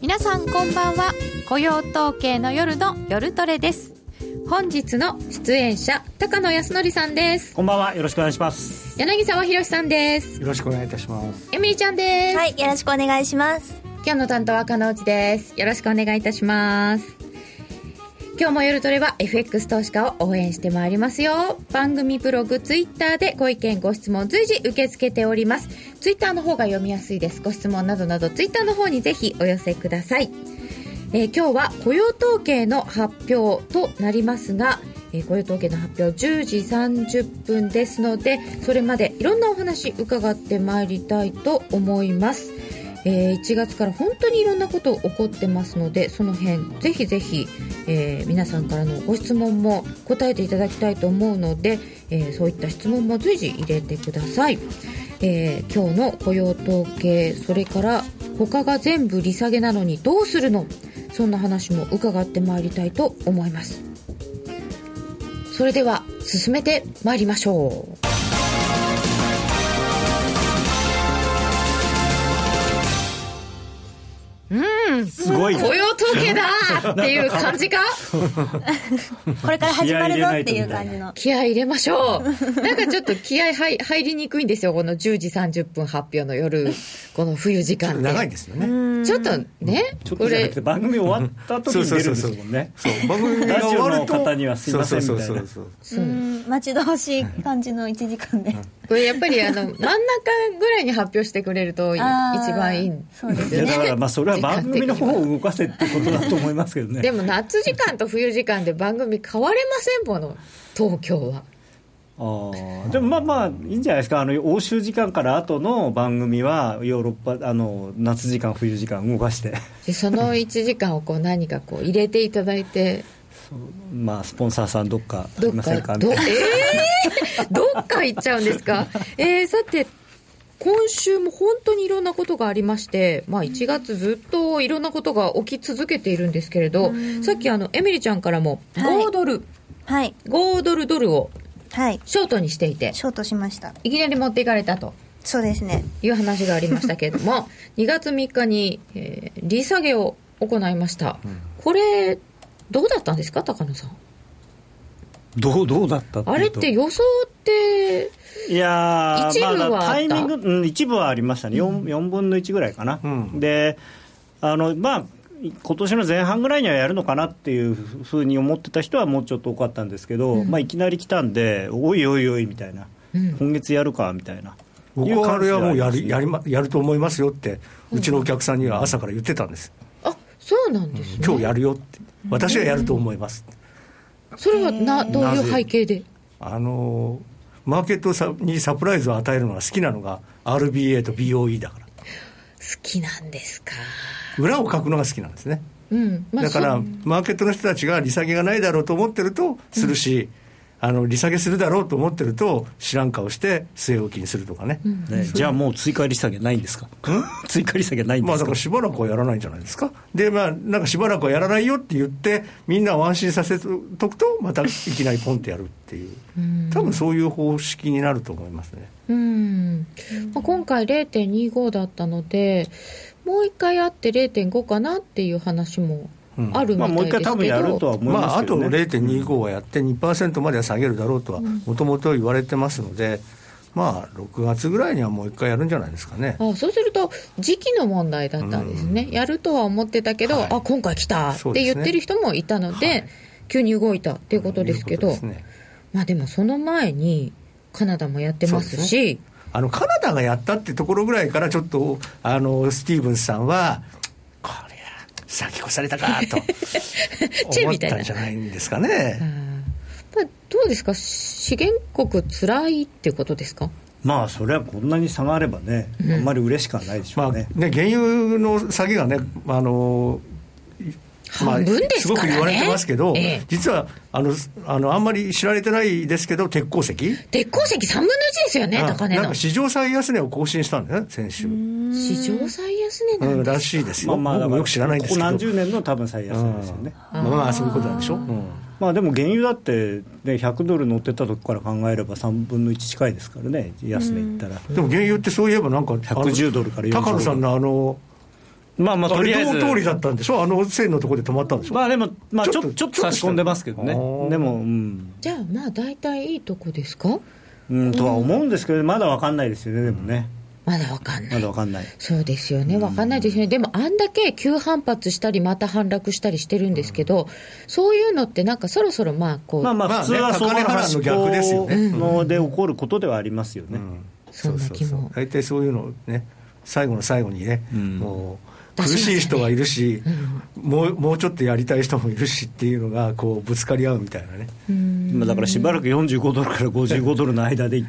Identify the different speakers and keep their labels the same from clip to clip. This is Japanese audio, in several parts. Speaker 1: 皆さんこんばんは雇用統計の夜の夜トレです本日の出演者高野康則さんです
Speaker 2: こんばんは、よろしくお願いします。
Speaker 1: 柳沢博さんです
Speaker 2: よろしくお願いいたします。
Speaker 1: エミリちゃんです、
Speaker 3: はい、よろしくお願いします。
Speaker 1: 今日の担当は金内ですよろしくお願いいたします今日も夜トレは FX 投資家を応援してまいりますよ番組ブログツイッターでご意見ご質問随時受け付けておりますツイッターの方が読みやすいですご質問などなどツイッターの方にぜひお寄せください、えー今日は雇用統計の発表となりますが、えー雇用統計の発表10時30分ですのでそれまでいろんなお話伺ってまいりたいと思いますえー1月から本当にいろんなこと起こってますのでその辺ぜひぜひ、えー皆さんからのご質問も答えていただきたいと思うので、えーそういった質問も随時入れてください、えー今日の雇用統計それから他が全部利下げなのにどうするのそんな話も伺ってまいりたいと思いますそれでは進めてまいりましょう
Speaker 2: すごい。
Speaker 1: 雇用統計だーっていう感じか
Speaker 3: これから始まるぞっていう感じの。
Speaker 1: 気合い入れましょう。なんかちょっと気合い入入りにくいんですよ、この10時30分発表の夜、この冬時間って。
Speaker 4: 長いですよね。
Speaker 1: ちょっとね、
Speaker 2: ちょっ
Speaker 1: こと
Speaker 2: じゃな
Speaker 1: れ
Speaker 2: くて、、番組終わった時に出るんですもんね。
Speaker 4: そう番組が終わると
Speaker 2: ラジオの方にはすいませんみたいな
Speaker 4: そうそうそうそう
Speaker 1: そう
Speaker 3: うん待ち遠しい感じの1時間で。
Speaker 1: これやっぱりあの、真ん中ぐらいに発表してくれるとい一
Speaker 3: あー
Speaker 1: 番いいん
Speaker 3: そうで
Speaker 1: です
Speaker 2: い
Speaker 1: よ
Speaker 2: や、
Speaker 1: ね。
Speaker 2: だから、まあ、それは番組の
Speaker 1: 時間的に
Speaker 2: 方を動かせってことだと思いますけど ね。
Speaker 1: でも夏時間と冬時間で番組変われませんもの、東京は。
Speaker 2: あーでもまあまあいいんじゃないですかあの欧州時間から後の番組はヨーロッパあの夏時間冬時間動かして
Speaker 1: で、その1時間をこう何かこう入れていただいて、
Speaker 2: まあスポンサーさんどっかあ
Speaker 1: ど
Speaker 2: り
Speaker 1: っ
Speaker 2: ま
Speaker 1: か
Speaker 2: せんかみ
Speaker 1: ど
Speaker 2: たい
Speaker 1: え
Speaker 2: な
Speaker 1: ー どっか行っちゃうんですか、 えーさて今週も本当にいろんなことがありまして、まあ、1月ずっといろんなことが起き続けているんですけれどさっきあのエミリちゃんからも
Speaker 3: はい
Speaker 1: 5ドル、
Speaker 3: はい。
Speaker 1: 5ドルドルを
Speaker 3: はい。
Speaker 1: ショートにしていて
Speaker 3: ショートしました。
Speaker 1: いきなり持っていかれたと
Speaker 3: そうですね。
Speaker 1: いう話がありましたけれど も2月3日に、えー利下げを行いました、これどうだったんですか高野さん
Speaker 2: どうどうだった
Speaker 1: あれ
Speaker 2: いう
Speaker 1: っ
Speaker 2: と
Speaker 1: て予想って
Speaker 2: いやー
Speaker 1: 一部はあった
Speaker 2: まあ、タイミング、うん、一部はありましたね、4, 4分の1ぐらいかな、
Speaker 4: うん
Speaker 2: であの、まあ、今年の前半ぐらいにはやるのかなっていうふうに思ってた人は、もうちょっと多かったんですけど、まあ、いきなり来たんで、おいおいおいみたいな、
Speaker 1: うん
Speaker 2: 今月やるかみたいな。
Speaker 4: 僕はあれはもうやるや
Speaker 2: り
Speaker 4: り、ま、やると思いますよって、うちのお客さんには朝から言ってたんです、
Speaker 1: あそうなんですね、
Speaker 4: 今日やるよって、私はやると思います、
Speaker 1: それはなどういう背景で
Speaker 4: あのーマーケットさにサプライズを与えるのが好きなのが、RBA と BOE だから、
Speaker 1: 好きなんですか
Speaker 4: 裏を書くのが好きなんですね、
Speaker 1: うん、まあ、
Speaker 4: だから
Speaker 1: そう、
Speaker 4: マーケットの人たちが利下げがないだろうと思ってると、するし、あの利下げするだろうと思ってると、知らん顔して、据え置きにするとかね。
Speaker 2: ね、じゃあもう追加利下げないんですか、追加利下げないん
Speaker 4: ま
Speaker 2: で
Speaker 4: あ
Speaker 2: す
Speaker 4: だ
Speaker 2: か、
Speaker 4: からしばらくはやらないんじゃないですか。で、まあなんかしばらくはやらないよって言って、みんなを安心させとくと、またいきなりポンってやるっていう。多分そういう方式になると思いますね。
Speaker 1: うんまあ、今回0.25だったのでもう一回あって0.5かなっていう話もあるみ
Speaker 2: ま
Speaker 1: た
Speaker 2: あ、もう
Speaker 1: い
Speaker 2: 一
Speaker 1: ですけど、
Speaker 2: 回多分やるとは思い
Speaker 4: ま
Speaker 2: ま
Speaker 4: あ
Speaker 2: す
Speaker 4: あ
Speaker 2: け
Speaker 4: と
Speaker 2: ど、ね
Speaker 4: 0.25はやって2%までは下げるだろうとは、もともと言われてますので、まあ6月ぐらいにはもう一回やるんじゃないですかね。
Speaker 1: あそうすると時期の問題だったんですね、やるとは思ってたけど、
Speaker 4: はい
Speaker 1: あ今回来たっ
Speaker 4: そう
Speaker 1: て
Speaker 4: ですね
Speaker 1: 言ってる人もいたので
Speaker 4: はい
Speaker 1: 急に動いたっていうことですけど、
Speaker 4: いうことですね
Speaker 1: まあ、でもその前にカナダもやってます
Speaker 4: そうです
Speaker 1: し
Speaker 4: あのカナダがやったってところぐらいからちょっとあのスティーブンスさんはこりゃ先越されたかと
Speaker 1: チェ
Speaker 4: 思
Speaker 1: み
Speaker 4: った
Speaker 1: いなん
Speaker 4: じゃないんですか
Speaker 1: あ
Speaker 4: ね。
Speaker 1: ーまあどうですか資源国つらいってことですか
Speaker 2: まあそれはこんなに差があればね、あんまり嬉しくはないでし
Speaker 4: ま
Speaker 2: ょ
Speaker 4: あ
Speaker 2: う
Speaker 4: ね
Speaker 2: ね。
Speaker 4: 原油の下げがねあの
Speaker 1: 半分です
Speaker 4: ご
Speaker 1: から
Speaker 4: く
Speaker 1: ね
Speaker 4: 言われてますけど、
Speaker 1: ええ
Speaker 4: 実はあのあのあんまり知られてないですけど、鉄鉱石、
Speaker 1: 鉄鉱石3分の1ですよね、
Speaker 4: あ
Speaker 1: 高値
Speaker 4: なん
Speaker 1: の
Speaker 4: か。史上最安値を更新したんだよね、先週、うん
Speaker 1: 史上最安値なんだ。
Speaker 4: らしいです
Speaker 2: まあ
Speaker 4: よ、
Speaker 2: まあだか
Speaker 4: 僕も
Speaker 2: ら
Speaker 4: よく知らないんですけ
Speaker 2: こ
Speaker 4: ど、
Speaker 2: こ何十年の多分最安値ですよね。
Speaker 4: まあまあ、そういうことなんでしょ、うん
Speaker 2: まあでも原油だって、ね、100ドル乗ってた時から考えれば3分の1近いですからね、安値いったら。
Speaker 4: でも原油ってそういえば、なんか、あの
Speaker 2: 110ドルから40ドル
Speaker 4: 高野さんのあの、
Speaker 5: まあまあ、とりあえず。
Speaker 4: 通りだったんでしょ、あの線のところで止まったんでしょ、
Speaker 5: まあでも、まあちょっ
Speaker 4: ちょ
Speaker 5: と、
Speaker 4: っと
Speaker 5: ちょっと差し込んでますけどね
Speaker 4: ちょっ。と
Speaker 2: でも、うん、
Speaker 1: じゃあ、まあ、大体いいとこですか
Speaker 2: うん、とは思うんですけど、まだわかんないですよね、でもね。
Speaker 1: まだわかんな
Speaker 2: ま
Speaker 1: い。
Speaker 2: だわかんない。
Speaker 1: そうですよね、わかんないですよね、でもあんだけ急反発したり、また反落したりしてるんですけど、そういうのって、なんかそろそろまあこう、
Speaker 2: まあま
Speaker 4: まあ
Speaker 2: あ
Speaker 4: ね
Speaker 2: 普通はその
Speaker 4: 高値波乱の逆ですよね
Speaker 2: 発行ので起こることではありますよね。
Speaker 1: そんな気も
Speaker 4: 大体そういうのをね最後の最後にね、
Speaker 5: ん
Speaker 4: もう
Speaker 1: 出
Speaker 4: 苦
Speaker 1: しますね
Speaker 4: しい人はいるし、もうもうちょっとやりたい人もいるしっていうのがこうぶつかり合うみたいなね
Speaker 2: まあだからしばらく45ドルから55ドルの間で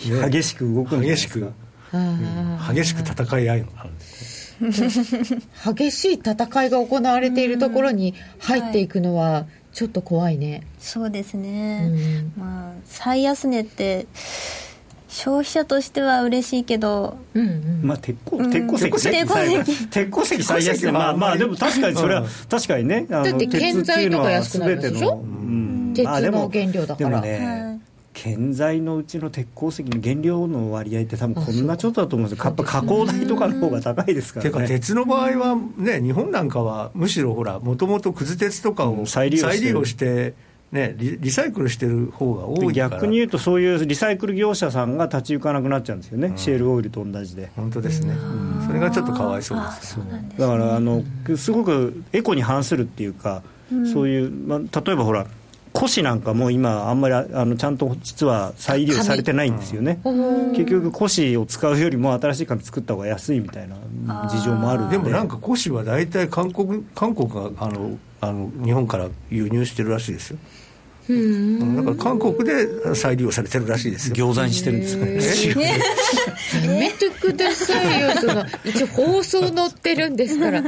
Speaker 2: 激しく動くんじゃないで
Speaker 4: 激し
Speaker 2: すか
Speaker 4: く
Speaker 1: あ
Speaker 4: 激しく戦い合いがあるんです
Speaker 1: ー激しい戦いが行われているところに入っていくのは、ちょっと怖いね、
Speaker 3: そうですね、まあ最安値って消費者としては嬉しいけど
Speaker 1: うんうん、
Speaker 2: まあ、鉄鉱鉄鉱石ね
Speaker 3: 鉄鉱石
Speaker 2: 鉄鉱石最安
Speaker 4: 鉄鉱石は
Speaker 2: まあま
Speaker 4: あ
Speaker 2: あ
Speaker 4: んまり
Speaker 2: でも確かにそれは、
Speaker 4: うん
Speaker 2: 確かにねあの
Speaker 1: だって
Speaker 2: 鉄
Speaker 1: 建材とか安くなるん
Speaker 2: っていう
Speaker 1: でし
Speaker 2: の
Speaker 1: ょ
Speaker 2: は全てのうん
Speaker 1: 鉄の
Speaker 2: まあでも
Speaker 1: 原料だから
Speaker 2: でもね、
Speaker 3: はい
Speaker 2: 建材のうちの鉄鉱石の原料の割合って多分こんなちょっとだと思うんですよやっぱ加工代とかの方が高いですか
Speaker 4: けど、
Speaker 2: ら
Speaker 4: てか
Speaker 2: ね
Speaker 4: 鉄の場合はね日本なんかはむしろほらもともとくず鉄とか
Speaker 2: う
Speaker 4: を
Speaker 2: ん再利用してる
Speaker 4: してねリリサイクルしてる方が多いから
Speaker 2: 逆に言うとそういうリサイクル業者さんが立ち行かなくなっちゃうんですよね、シェールオイルと同じで
Speaker 4: 本当ですね、うんそれがちょっとかわいそうです
Speaker 3: そうなんです
Speaker 2: だからあのすごくエコに反するっていうか、そういう、まあ、例えばほら古紙なんかも今あんまりああのちゃんと実は再利用されてないんですよね、結局古紙を使うよりも新しい紙作った方が安いみたいなうん事情もあるので
Speaker 4: でもなんか古紙は大体韓国韓国があのあの日本から輸入してるらしいですよ、うん、だから韓国で再利用されてるらしいですよ
Speaker 5: 餃子にしてるんですかね。
Speaker 1: やめてくださいよ、その一応、放送載ってるんですから、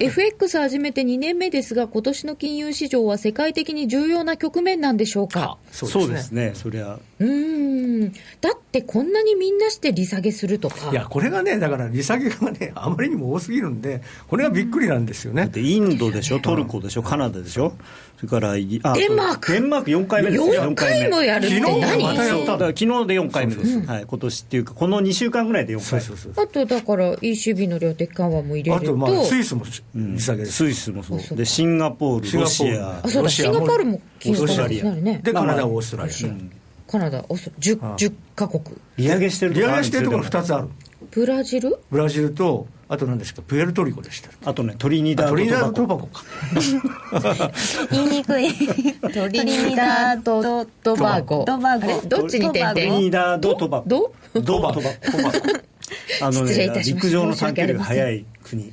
Speaker 1: FX 始めて2年目ですが、今年の金融市場は世界的に重要な局面なんでしょうか。
Speaker 2: そうですねそりゃ
Speaker 1: うーんだってこんなにみんなして利下げするとか
Speaker 4: いやこれがねだから利下げがねあまりにも多すぎるんでこれがびっくりなんですよ
Speaker 2: だ
Speaker 4: ね
Speaker 2: っ、てインドでしょトルコでしょカナダでしょそれからイギあ
Speaker 1: デンマーク
Speaker 2: デンマーク4回目ですよ
Speaker 1: 4回もやるって
Speaker 4: 昨日
Speaker 1: 何
Speaker 4: またやっ
Speaker 2: そう
Speaker 4: た
Speaker 2: だから昨日で4回目です、はい、今年っていうかこの2週間ぐらいで4回
Speaker 4: そうそうそう
Speaker 1: あとだから ECB の量的緩和も入れ
Speaker 4: あ
Speaker 1: る
Speaker 4: と
Speaker 1: と
Speaker 4: まあスイスも利下げです、
Speaker 2: スイスもそうでシンガポー
Speaker 4: シ
Speaker 2: ルロ
Speaker 4: ンガポ
Speaker 2: シ
Speaker 4: ール
Speaker 2: ア
Speaker 1: あそうだ
Speaker 4: ロ
Speaker 1: シ
Speaker 4: シ
Speaker 1: ン
Speaker 4: ア
Speaker 1: ガ
Speaker 4: も
Speaker 1: ポールも金融
Speaker 4: ロ
Speaker 1: 緩
Speaker 4: シ
Speaker 1: 和
Speaker 4: ア
Speaker 1: になるね
Speaker 4: でカナダオーストラリア、
Speaker 1: カナダオーストラリア 10, カ国
Speaker 2: 利上げしてる
Speaker 4: 利
Speaker 2: とこ
Speaker 4: 上
Speaker 2: ある
Speaker 4: げ
Speaker 2: ん
Speaker 4: し
Speaker 2: で
Speaker 4: て
Speaker 2: す
Speaker 4: る
Speaker 2: よ
Speaker 4: ところ2つある
Speaker 1: ブラジル
Speaker 4: ブラジルとあと何ですかプエルトリコでしたっけ
Speaker 2: あとねトリニダー
Speaker 4: ト
Speaker 2: ド
Speaker 4: リニダー
Speaker 2: バ
Speaker 4: ド・
Speaker 2: コ
Speaker 4: トバコか
Speaker 3: 言いにくいト
Speaker 1: トリニダード・ドバゴ
Speaker 3: ドバゴ
Speaker 1: あれどっちに点
Speaker 3: ドバゴ
Speaker 2: トリ
Speaker 1: 々
Speaker 2: ニダード・トバコ
Speaker 1: ど
Speaker 2: ドバコあの
Speaker 1: 失礼い
Speaker 2: ね
Speaker 1: たしました
Speaker 2: 陸上の短距離が速い国
Speaker 1: こ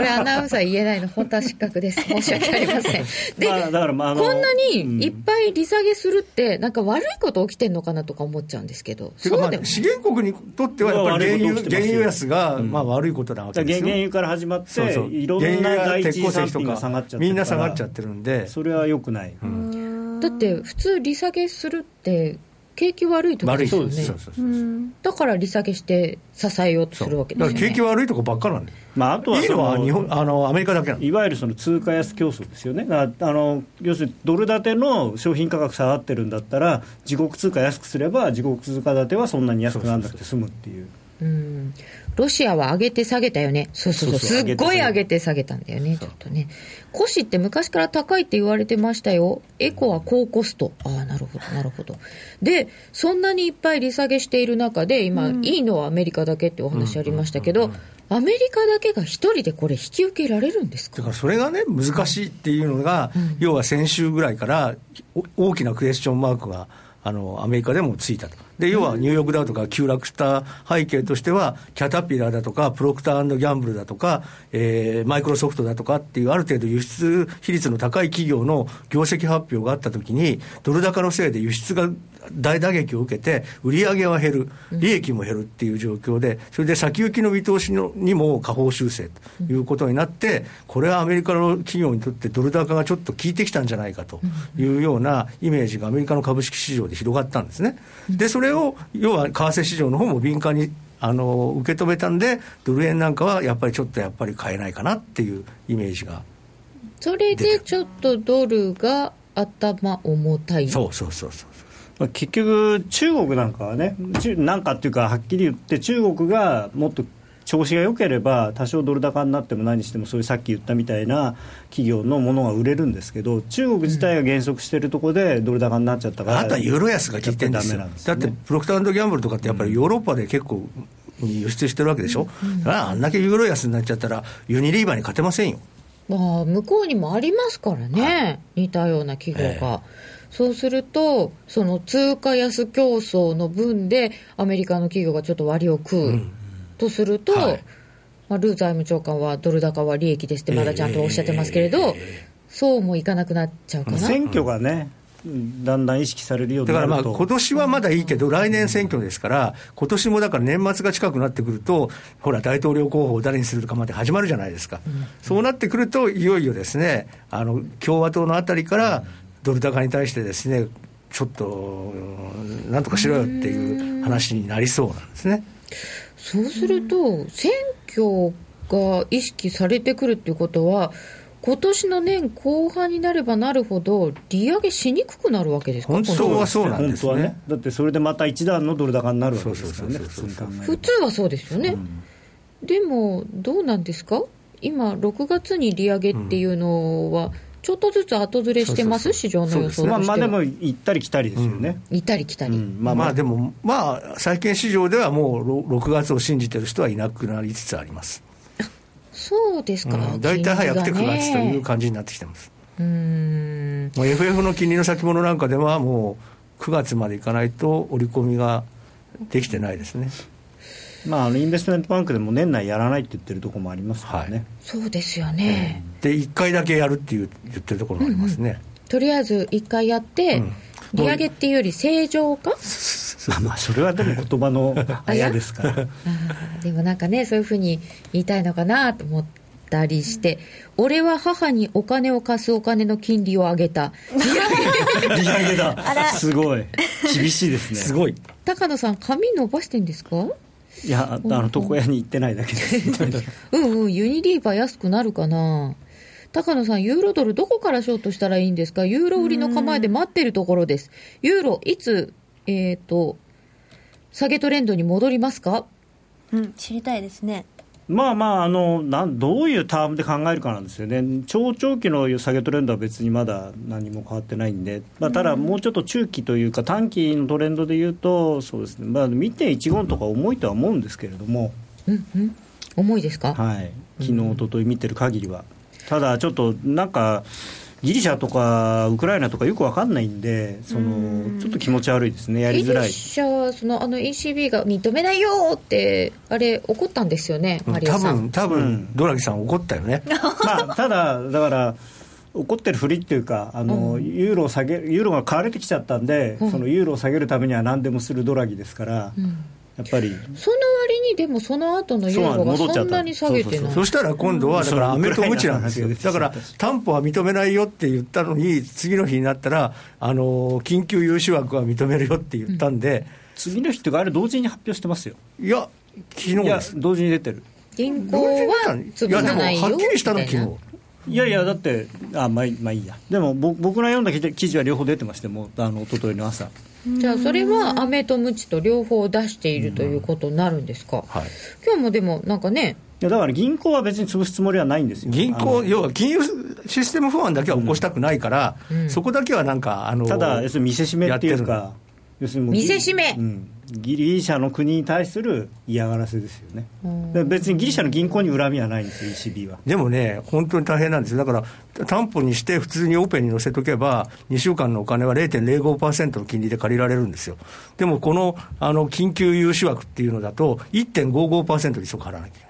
Speaker 1: れアナウンサー言えないの本当は失格 です申し訳ありませんで、
Speaker 2: まあだからまああの
Speaker 1: こんなにいっぱい利下げするってなんか悪いこと起きてんのかなとか思っちゃうんですけど
Speaker 4: ていうかま
Speaker 1: そうで
Speaker 4: あ
Speaker 1: も
Speaker 4: 資源国にとってはやっぱり原
Speaker 2: まあ悪いこと
Speaker 4: 油
Speaker 2: 起きてますよ
Speaker 4: 原油安がまあ悪いことなわけ
Speaker 2: だから原
Speaker 4: ですよ、
Speaker 2: 原油から始まって
Speaker 4: そうそう
Speaker 2: いろんな第一次産品が下がっちゃってるから
Speaker 4: みんな下がっちゃってるんで
Speaker 2: それはよくない、
Speaker 1: だって普通利下げするって景気悪い時
Speaker 4: 悪
Speaker 1: で
Speaker 4: い
Speaker 1: すよ
Speaker 4: そう
Speaker 1: ね
Speaker 4: そうそう
Speaker 1: だから利下げして支えようとするわけです
Speaker 4: だ
Speaker 1: よ
Speaker 4: から
Speaker 1: ね
Speaker 4: 景気悪いとこばっかなんで
Speaker 2: まああとはい
Speaker 4: い
Speaker 2: そ
Speaker 4: の
Speaker 2: の
Speaker 4: は日本あのアメリカだけなんで
Speaker 2: いわゆるその通貨安競争ですよね、だからあの要するにドル建ての商品価格下がってるんだったら、自国通貨安くすれば、自国通貨建てはそんなに安くならなくて済むっていう、
Speaker 1: うんロシアは上げて下げたよねそうそうそう
Speaker 2: そうそう
Speaker 1: すっごい上げて下げたんだよねちょっとねコシって昔から高いって言われてましたよエコは高コストああなるほどなるほどでそんなにいっぱい利下げしている中で今、いいのはアメリカだけってお話ありましたけど、アメリカだけが一人でこれ引き受けられるんです
Speaker 4: だ
Speaker 1: か
Speaker 4: からそれがね難しいっていうのが、要は先週ぐらいからお大きなクエスチョンマークがあのアメリカでもついたとで要はニューヨークダウとか急落した背景としてはキャタピラーだとかプロクターギャンブルだとか、えーマイクロソフトだとかっていうある程度輸出比率の高い企業の業績発表があったときにドル高のせいで輸出が大打撃を受けて、売り上げは減る、利益も減るっていう状況で、それで先行きの見通しのにも下方修正ということになって、これはアメリカの企業にとってドル高がちょっと効いてきたんじゃないかというようなイメージがアメリカの株式市場で広がったんですね。で、それを、要は為替市場の方も敏感にあの受け止めたんで、ドル円なんかはやっぱりちょっとやっぱり買えないかなっていうイメージが、
Speaker 1: それでちょっとドルが頭重たい
Speaker 4: そうそうそうそう。
Speaker 2: まあ結局、中国なんかはね、中なんかっていうか、はっきり言って、中国がもっと調子が良ければ、多少ドル高になっても何しても、そういうさっき言ったみたいな企業のものが売れるんですけど、中国自体が減速してるところでドル高になっちゃったから、
Speaker 4: あとはユーロ安が効いてるんですよ
Speaker 2: やっぱりダメなんです
Speaker 4: だ
Speaker 2: よ
Speaker 4: っ
Speaker 2: ね
Speaker 4: てプロクターギャンブルとかってやっぱりヨーロッパで結構輸出してるわけでしょ、だからあんだけユーロ安になっちゃったらユニリーバーに勝てませんよ
Speaker 1: まあ、向こうにもありますからね、似たような企業が。そうすると、その通貨安競争の分で、アメリカの企業がちょっと割を食う、とすると、
Speaker 4: はい
Speaker 1: まあ、ルー財務長官はドル高は利益ですって、まだちゃんとおっしゃってますけれど、そうもいかなくなっちゃうかな。
Speaker 2: 選挙がね、だんだん意識されるように
Speaker 4: だ
Speaker 2: な
Speaker 4: から
Speaker 2: る
Speaker 4: まあ
Speaker 2: と。
Speaker 4: 今年はまだいいけど、来年選挙ですから、今年もだから年末が近くなってくると、ほら、大統領候補を誰にするとかまで始まるじゃないですか、そうなってくると、いよいよですね、あの共和党のあたりから、ドル高に対してですね、ちょっと、うんなんとかしろよっていう話になりそうなんですね。
Speaker 1: そうすると、選挙が意識されてくるっていうことは、今年の年後半になればなるほど、利上げしにくくなるわけですか、
Speaker 4: 本
Speaker 1: この
Speaker 4: 当はそうなんです
Speaker 2: 本当は
Speaker 4: ね。
Speaker 2: だってそれでまた一段のドル高になるわけですからね、
Speaker 4: そ
Speaker 2: 普通
Speaker 4: うそうそう
Speaker 2: に考
Speaker 4: そう
Speaker 2: え
Speaker 1: 普
Speaker 2: る
Speaker 1: 通はそうですよね、でもどうなんですか今6月に利上げっていうのはちょっとずつ後ずれしてます、
Speaker 4: そう
Speaker 1: 市場の予想とし
Speaker 2: と。
Speaker 1: て
Speaker 2: ま
Speaker 1: は、
Speaker 2: あまあでも、行ったり来たりですよね。
Speaker 1: いたり来たり、
Speaker 2: うんま
Speaker 4: まあ
Speaker 2: あ
Speaker 4: ま
Speaker 2: ま
Speaker 4: あ
Speaker 2: あ
Speaker 4: でも、まあ、債券市場ではもうろ6月を信じてる人はいなくなりつつあります。
Speaker 1: そうですか、
Speaker 4: うん大体早くて
Speaker 1: 金利
Speaker 4: 9
Speaker 1: が
Speaker 4: 月と
Speaker 1: ね
Speaker 4: いう感じになってきてます。
Speaker 1: うーん
Speaker 4: もう FF の金利の先物なんかではもう9月までいかないと織り込みができてないですね。
Speaker 2: まあ、あのインベストメントバンクでも年内やらないって言ってるところもありますからね、
Speaker 4: はい
Speaker 1: そうですよね、
Speaker 4: で1回だけやるっていう言ってるところがありますね。
Speaker 1: とりあえず1回やって、
Speaker 4: うん
Speaker 1: 利上げっていうより正常化
Speaker 2: まあまあ それはでも言葉のあやですから
Speaker 1: あーでもなんかねそういうふうに言いたいのかなと思ったりして、俺は母にお金を貸すお金の金利を上げた
Speaker 2: 利上げ
Speaker 3: あら
Speaker 2: だすごい厳しいですね
Speaker 4: すごい。
Speaker 1: 高野さん髪伸ばしてんですか
Speaker 2: いやあの床屋に行ってないだけです
Speaker 1: うんうんユニリーバー安くなるかな高野さんユーロドルどこからショートしたらいいんですかユーロ売りの構えで待ってるところですユーロいつえっ、と下げトレンドに戻りますか
Speaker 3: うん、知りたいですね。
Speaker 2: まあまああのなんどういうタームで考えるかなんですよね超長期の下げトレンドは別にまだ何も変わってないんで、まあ、ただもうちょっと中期というか短期のトレンドでいうとそうですね、まあ、1.15とか重いとは思うんですけれども
Speaker 1: うんうん重いですか、
Speaker 2: はい、昨日、一昨日見てる限りは、ただちょっとなんか、ギリシャとかウクライナとかよくわかんないんで、そのちょっと気持ち悪いですね、やりづら
Speaker 1: ギ
Speaker 2: い
Speaker 1: リ。シャはそのあの ECB が認めないよってあれ怒ったんですよね
Speaker 4: うん
Speaker 1: マリ
Speaker 4: 多
Speaker 1: アさん、
Speaker 4: 分、多
Speaker 2: う
Speaker 4: 分
Speaker 2: ん、
Speaker 4: ドラギさん怒ったよね。
Speaker 2: まあ、ただ、だから、怒ってるふりっていうかあの、ユーロを下げ、ユーロが買われてきちゃったんで、
Speaker 1: うん
Speaker 2: そのユーロを下げるためには何でもするドラギですから、
Speaker 1: うん
Speaker 2: やっぱり、
Speaker 1: その割にでもその後のユーロが
Speaker 2: そうなの戻っちゃ
Speaker 1: そ
Speaker 2: った
Speaker 1: んなに下げてない
Speaker 4: そしたら今度は、だから、
Speaker 2: うん
Speaker 4: 飴と鞭なんですよ。
Speaker 2: そう
Speaker 4: だから
Speaker 2: そう、
Speaker 4: 担保は認めないよって言ったのに、次の日になったら、あの、緊急融資枠は認めるよって言ったんで、
Speaker 2: 次の日っていうか、あれ、同時に発表してますよ、
Speaker 4: いや、昨日
Speaker 2: いや
Speaker 4: で、す。
Speaker 2: 同時に出てる、
Speaker 1: 銀行
Speaker 4: どういうこ
Speaker 1: は
Speaker 4: となの
Speaker 1: 潰さないよ
Speaker 4: いや、でも、はっきりしたの、
Speaker 1: み
Speaker 4: 昨
Speaker 1: たいな
Speaker 4: 日。
Speaker 2: いやいや、だって、あまあ、いいまあいいや、でも僕僕の読んだ記事記事は両方出てまして、もうあの一昨日の朝。
Speaker 1: じゃあそれは飴とムチと両方出しているということになるんですか、
Speaker 4: はい
Speaker 1: 今日もでもなんかね
Speaker 2: いやだから銀行は別に潰すつもりはないんですよ
Speaker 4: 銀
Speaker 2: あ
Speaker 4: 行、
Speaker 2: の
Speaker 4: 要は金融システム不安だけは起こしたくないから、そこだけはなんか、あの、
Speaker 2: ただ要するに見せしめっていう
Speaker 4: や
Speaker 2: か要するにもう
Speaker 1: 見せしめ
Speaker 2: うん、ギリシャの国に対する嫌がらせですよねだから別にギリシャの銀行に恨みはないんですよ ECB は
Speaker 4: でもね、本当に大変なんですよ、だから担保にして、普通にオペに乗せとけば、2週間のお金は0.05%の金利で借りられるんですよ、でもこのあの緊急融資枠っていうのだと、1.55%利息払わなきゃい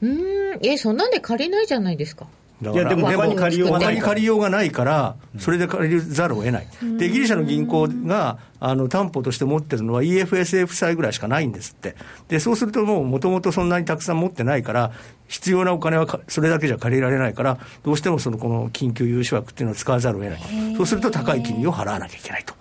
Speaker 4: けない。
Speaker 1: うーんえそんなんで借りないじゃないですか
Speaker 4: だ
Speaker 2: い
Speaker 4: から
Speaker 2: やでも
Speaker 1: でも
Speaker 2: 他に借りようがな
Speaker 4: 他
Speaker 2: い
Speaker 4: に
Speaker 2: から
Speaker 4: 借りようがないから、それで借りざるを得ない、でギリシャの銀行があの担保として持ってるのは EFSF 債ぐらいしかないんですって、でそうするともう、もともとそんなにたくさん持ってないから、必要なお金はかそれだけじゃ借りられないから、どうしてもそのこの緊急融資枠っていうのを使わざるを得ない、そうすると高い金利を払わなきゃいけないと。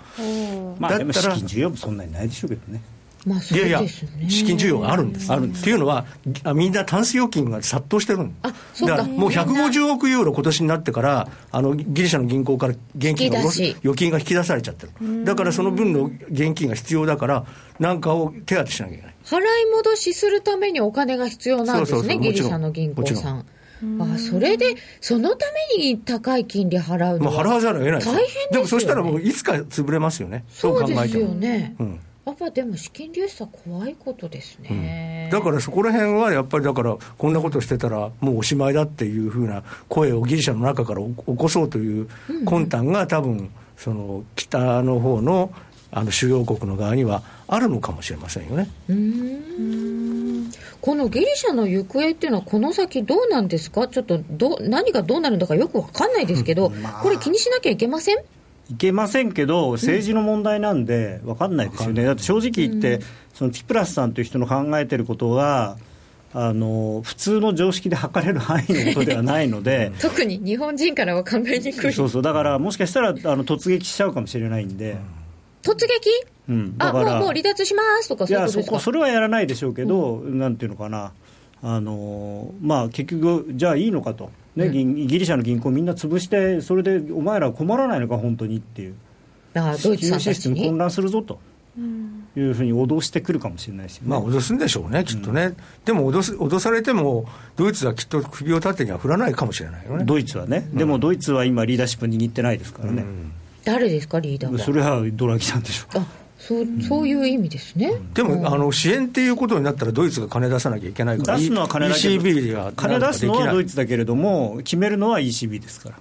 Speaker 2: まあでも
Speaker 4: だ
Speaker 2: 資
Speaker 4: ったら
Speaker 2: 金需要もそんなにないでしょうけどね
Speaker 1: まあそ
Speaker 4: いうやいや
Speaker 1: ですよね、
Speaker 4: 資金需要があるんです。
Speaker 2: あるんです
Speaker 4: っていうのは、ぎあみんなタンス預金が殺到してるん
Speaker 1: あそうか
Speaker 4: だからもう150億ユーロ、今年になってから、あのギリシャの銀行から現金が
Speaker 1: 引き出し
Speaker 4: 預金が引き出されちゃってる、だからその分の現金が必要だから、なんかを手当てしなきゃいけない。
Speaker 1: 払い戻しするためにお金が必要なんですね、
Speaker 4: そうそうそう
Speaker 1: ギリシャの銀行
Speaker 4: もち
Speaker 1: さ
Speaker 4: ろ
Speaker 1: ん。あそれで、そのために高い金利払うの
Speaker 4: もう払わざるを得ない
Speaker 1: 大変ですよ、ね、
Speaker 4: でもそしたらもういつか潰れますよね、そう
Speaker 1: そう
Speaker 4: 考
Speaker 1: で
Speaker 4: え
Speaker 1: す
Speaker 4: て
Speaker 1: よ
Speaker 4: も。
Speaker 1: ね、
Speaker 4: うん
Speaker 1: やっぱでも資金流出は怖いことですね、
Speaker 4: だからそこら辺はやっぱりだから、こんなことしてたらもうおしまいだっていうふうな声をギリシャの中から起起こそうという魂胆が多分その北の方のあの主要国の側にはあるのかもしれませんよね。
Speaker 1: うーんこのギリシャの行方っていうのはこの先どうなんですかちょっとど何がどうなるのかよくわかんないですけど、これ気にしなきゃいけません
Speaker 2: いけませんけど、政治の問題なんで、分かんないですよね、だって正直言って、そのティプラスさんという人の考えてることは、あの普通の常識で測れる範囲のことではないので、
Speaker 1: 特に日本人からは考えにくい
Speaker 2: そうそう、だからもしかしたらあの突撃しちゃうかもしれないんで、
Speaker 1: 突撃
Speaker 2: うん、だ
Speaker 1: あもう
Speaker 2: から、
Speaker 1: もう離脱しますとか
Speaker 2: い
Speaker 1: そういうこ
Speaker 2: や
Speaker 1: と
Speaker 2: そ
Speaker 1: です
Speaker 2: こ
Speaker 1: か
Speaker 2: それはやらないでしょうけど、なんていうのかな、あのまあ、結局、じゃあいいのかと、ね銀ギリシャの銀行みんな潰して、それでお前ら困らないのか、本当にっていう。
Speaker 1: あドイツさ
Speaker 2: 金融
Speaker 1: んた
Speaker 2: シ
Speaker 1: ち
Speaker 2: ステム
Speaker 1: に
Speaker 2: 混乱するぞというふうに脅してくるかもしれないですよね。
Speaker 4: まあ脅すんでしょうね、きっとね。でも脅す脅されても、ドイツはきっと首を縦には振らないかもしれないよね。
Speaker 2: ドイツはね、でもドイツは今、リーダーシップ握ってないですからね、
Speaker 1: 誰ですかリーダーは
Speaker 2: それはドラギさんでしょ
Speaker 1: あそうそういう意味ですね、
Speaker 4: でも、あの支援っていうことになったら、ドイツが金出さなきゃいけないから、
Speaker 2: 出すのは金だけど
Speaker 4: ECB が
Speaker 2: 金出すのはドイツだけれども、決めるのは ECB ですから、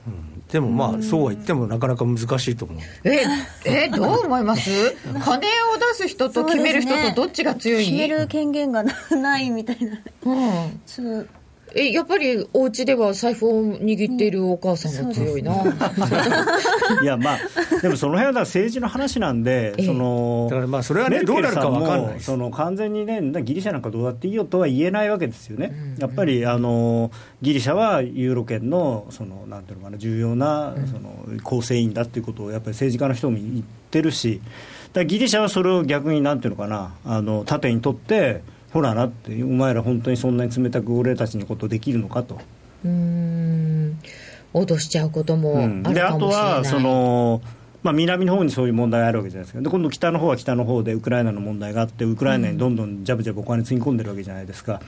Speaker 4: でもまあ、そうは言っても、なかなか難しいと思う。
Speaker 1: ええどう思い ます金を出す人と決める人とどっちが強い、
Speaker 3: 決める権限がなないみたいな
Speaker 1: うん、
Speaker 3: ちょっと
Speaker 1: えやっぱりお家では財布を握っているお母さんが強いな、
Speaker 2: いや、まあ、でもその辺はだから政治の話なんで、
Speaker 1: ええ
Speaker 2: その
Speaker 4: だからまあそれはね
Speaker 2: メルケルさんも
Speaker 4: どうなるかわかんないです
Speaker 2: その完全にね、ギリシャなんかどうだっていいよとは言えないわけですよね、やっぱりあのギリシャはユーロ圏のそのなんていうのかな、重要なその構成員だっていうことを、やっぱり政治家の人も言ってるし、だからギリシャはそれを逆になんていうのかな、あの盾にとって、ほらなって、お前ら本当にそんなに冷たく俺たちのことできるのかと。
Speaker 1: うーん脅しちゃうことも
Speaker 2: うん
Speaker 1: ある
Speaker 2: であ
Speaker 1: か
Speaker 2: と
Speaker 1: もしれない、
Speaker 2: はその、まあ、南の方にそういう問題があるわけじゃないですかで今度北の方は北の方でウクライナの問題があってウクライナにどんどんジャブジャブお金つぎ込んでるわけじゃないですか。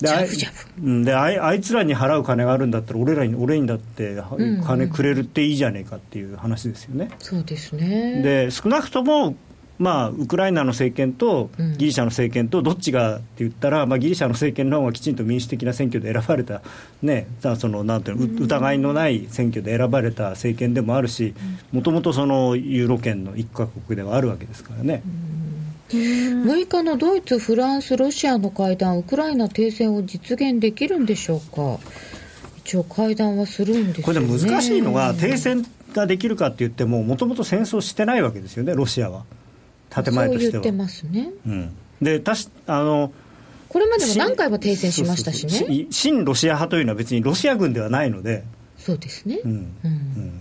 Speaker 2: であい
Speaker 1: ジャ
Speaker 2: うんであいあいつらに払う金があるんだったら俺らに俺にだっては
Speaker 1: うんうん
Speaker 2: 金くれるっていいじゃねえかっていう話ですよね。
Speaker 1: そうですね
Speaker 2: で少なくとも、まあ、ウクライナの政権と
Speaker 1: うん
Speaker 2: ギリシャの政権とどっちがって言ったら、まあ、ギリシャの政権の方がきちんと民主的な選挙で選ばれた、ね、さそのなんていうのう疑いのない選挙で選ばれた政権でもあるしもともとそのユーロ圏の一カ国ではあるわけですからね。
Speaker 1: 6日のドイツ、フランス、ロシアの会談、ウクライナ停戦を実現できるんでしょうか、一応、会談はするんです
Speaker 2: こ
Speaker 1: よ、
Speaker 2: れ
Speaker 1: ね、
Speaker 2: でも難しいのが、停戦ができるかって言っても、もともと戦争してないわけですよね、ロシアは、建前として
Speaker 1: そう言っ
Speaker 2: は。
Speaker 1: てますね、
Speaker 2: うん、でたしあの
Speaker 1: これまでも何回も停戦しましたしね、
Speaker 2: そうそうそう親ロシア派というのは別にロシア軍ではないので、
Speaker 1: そうですね、
Speaker 2: うん
Speaker 1: うん
Speaker 2: うん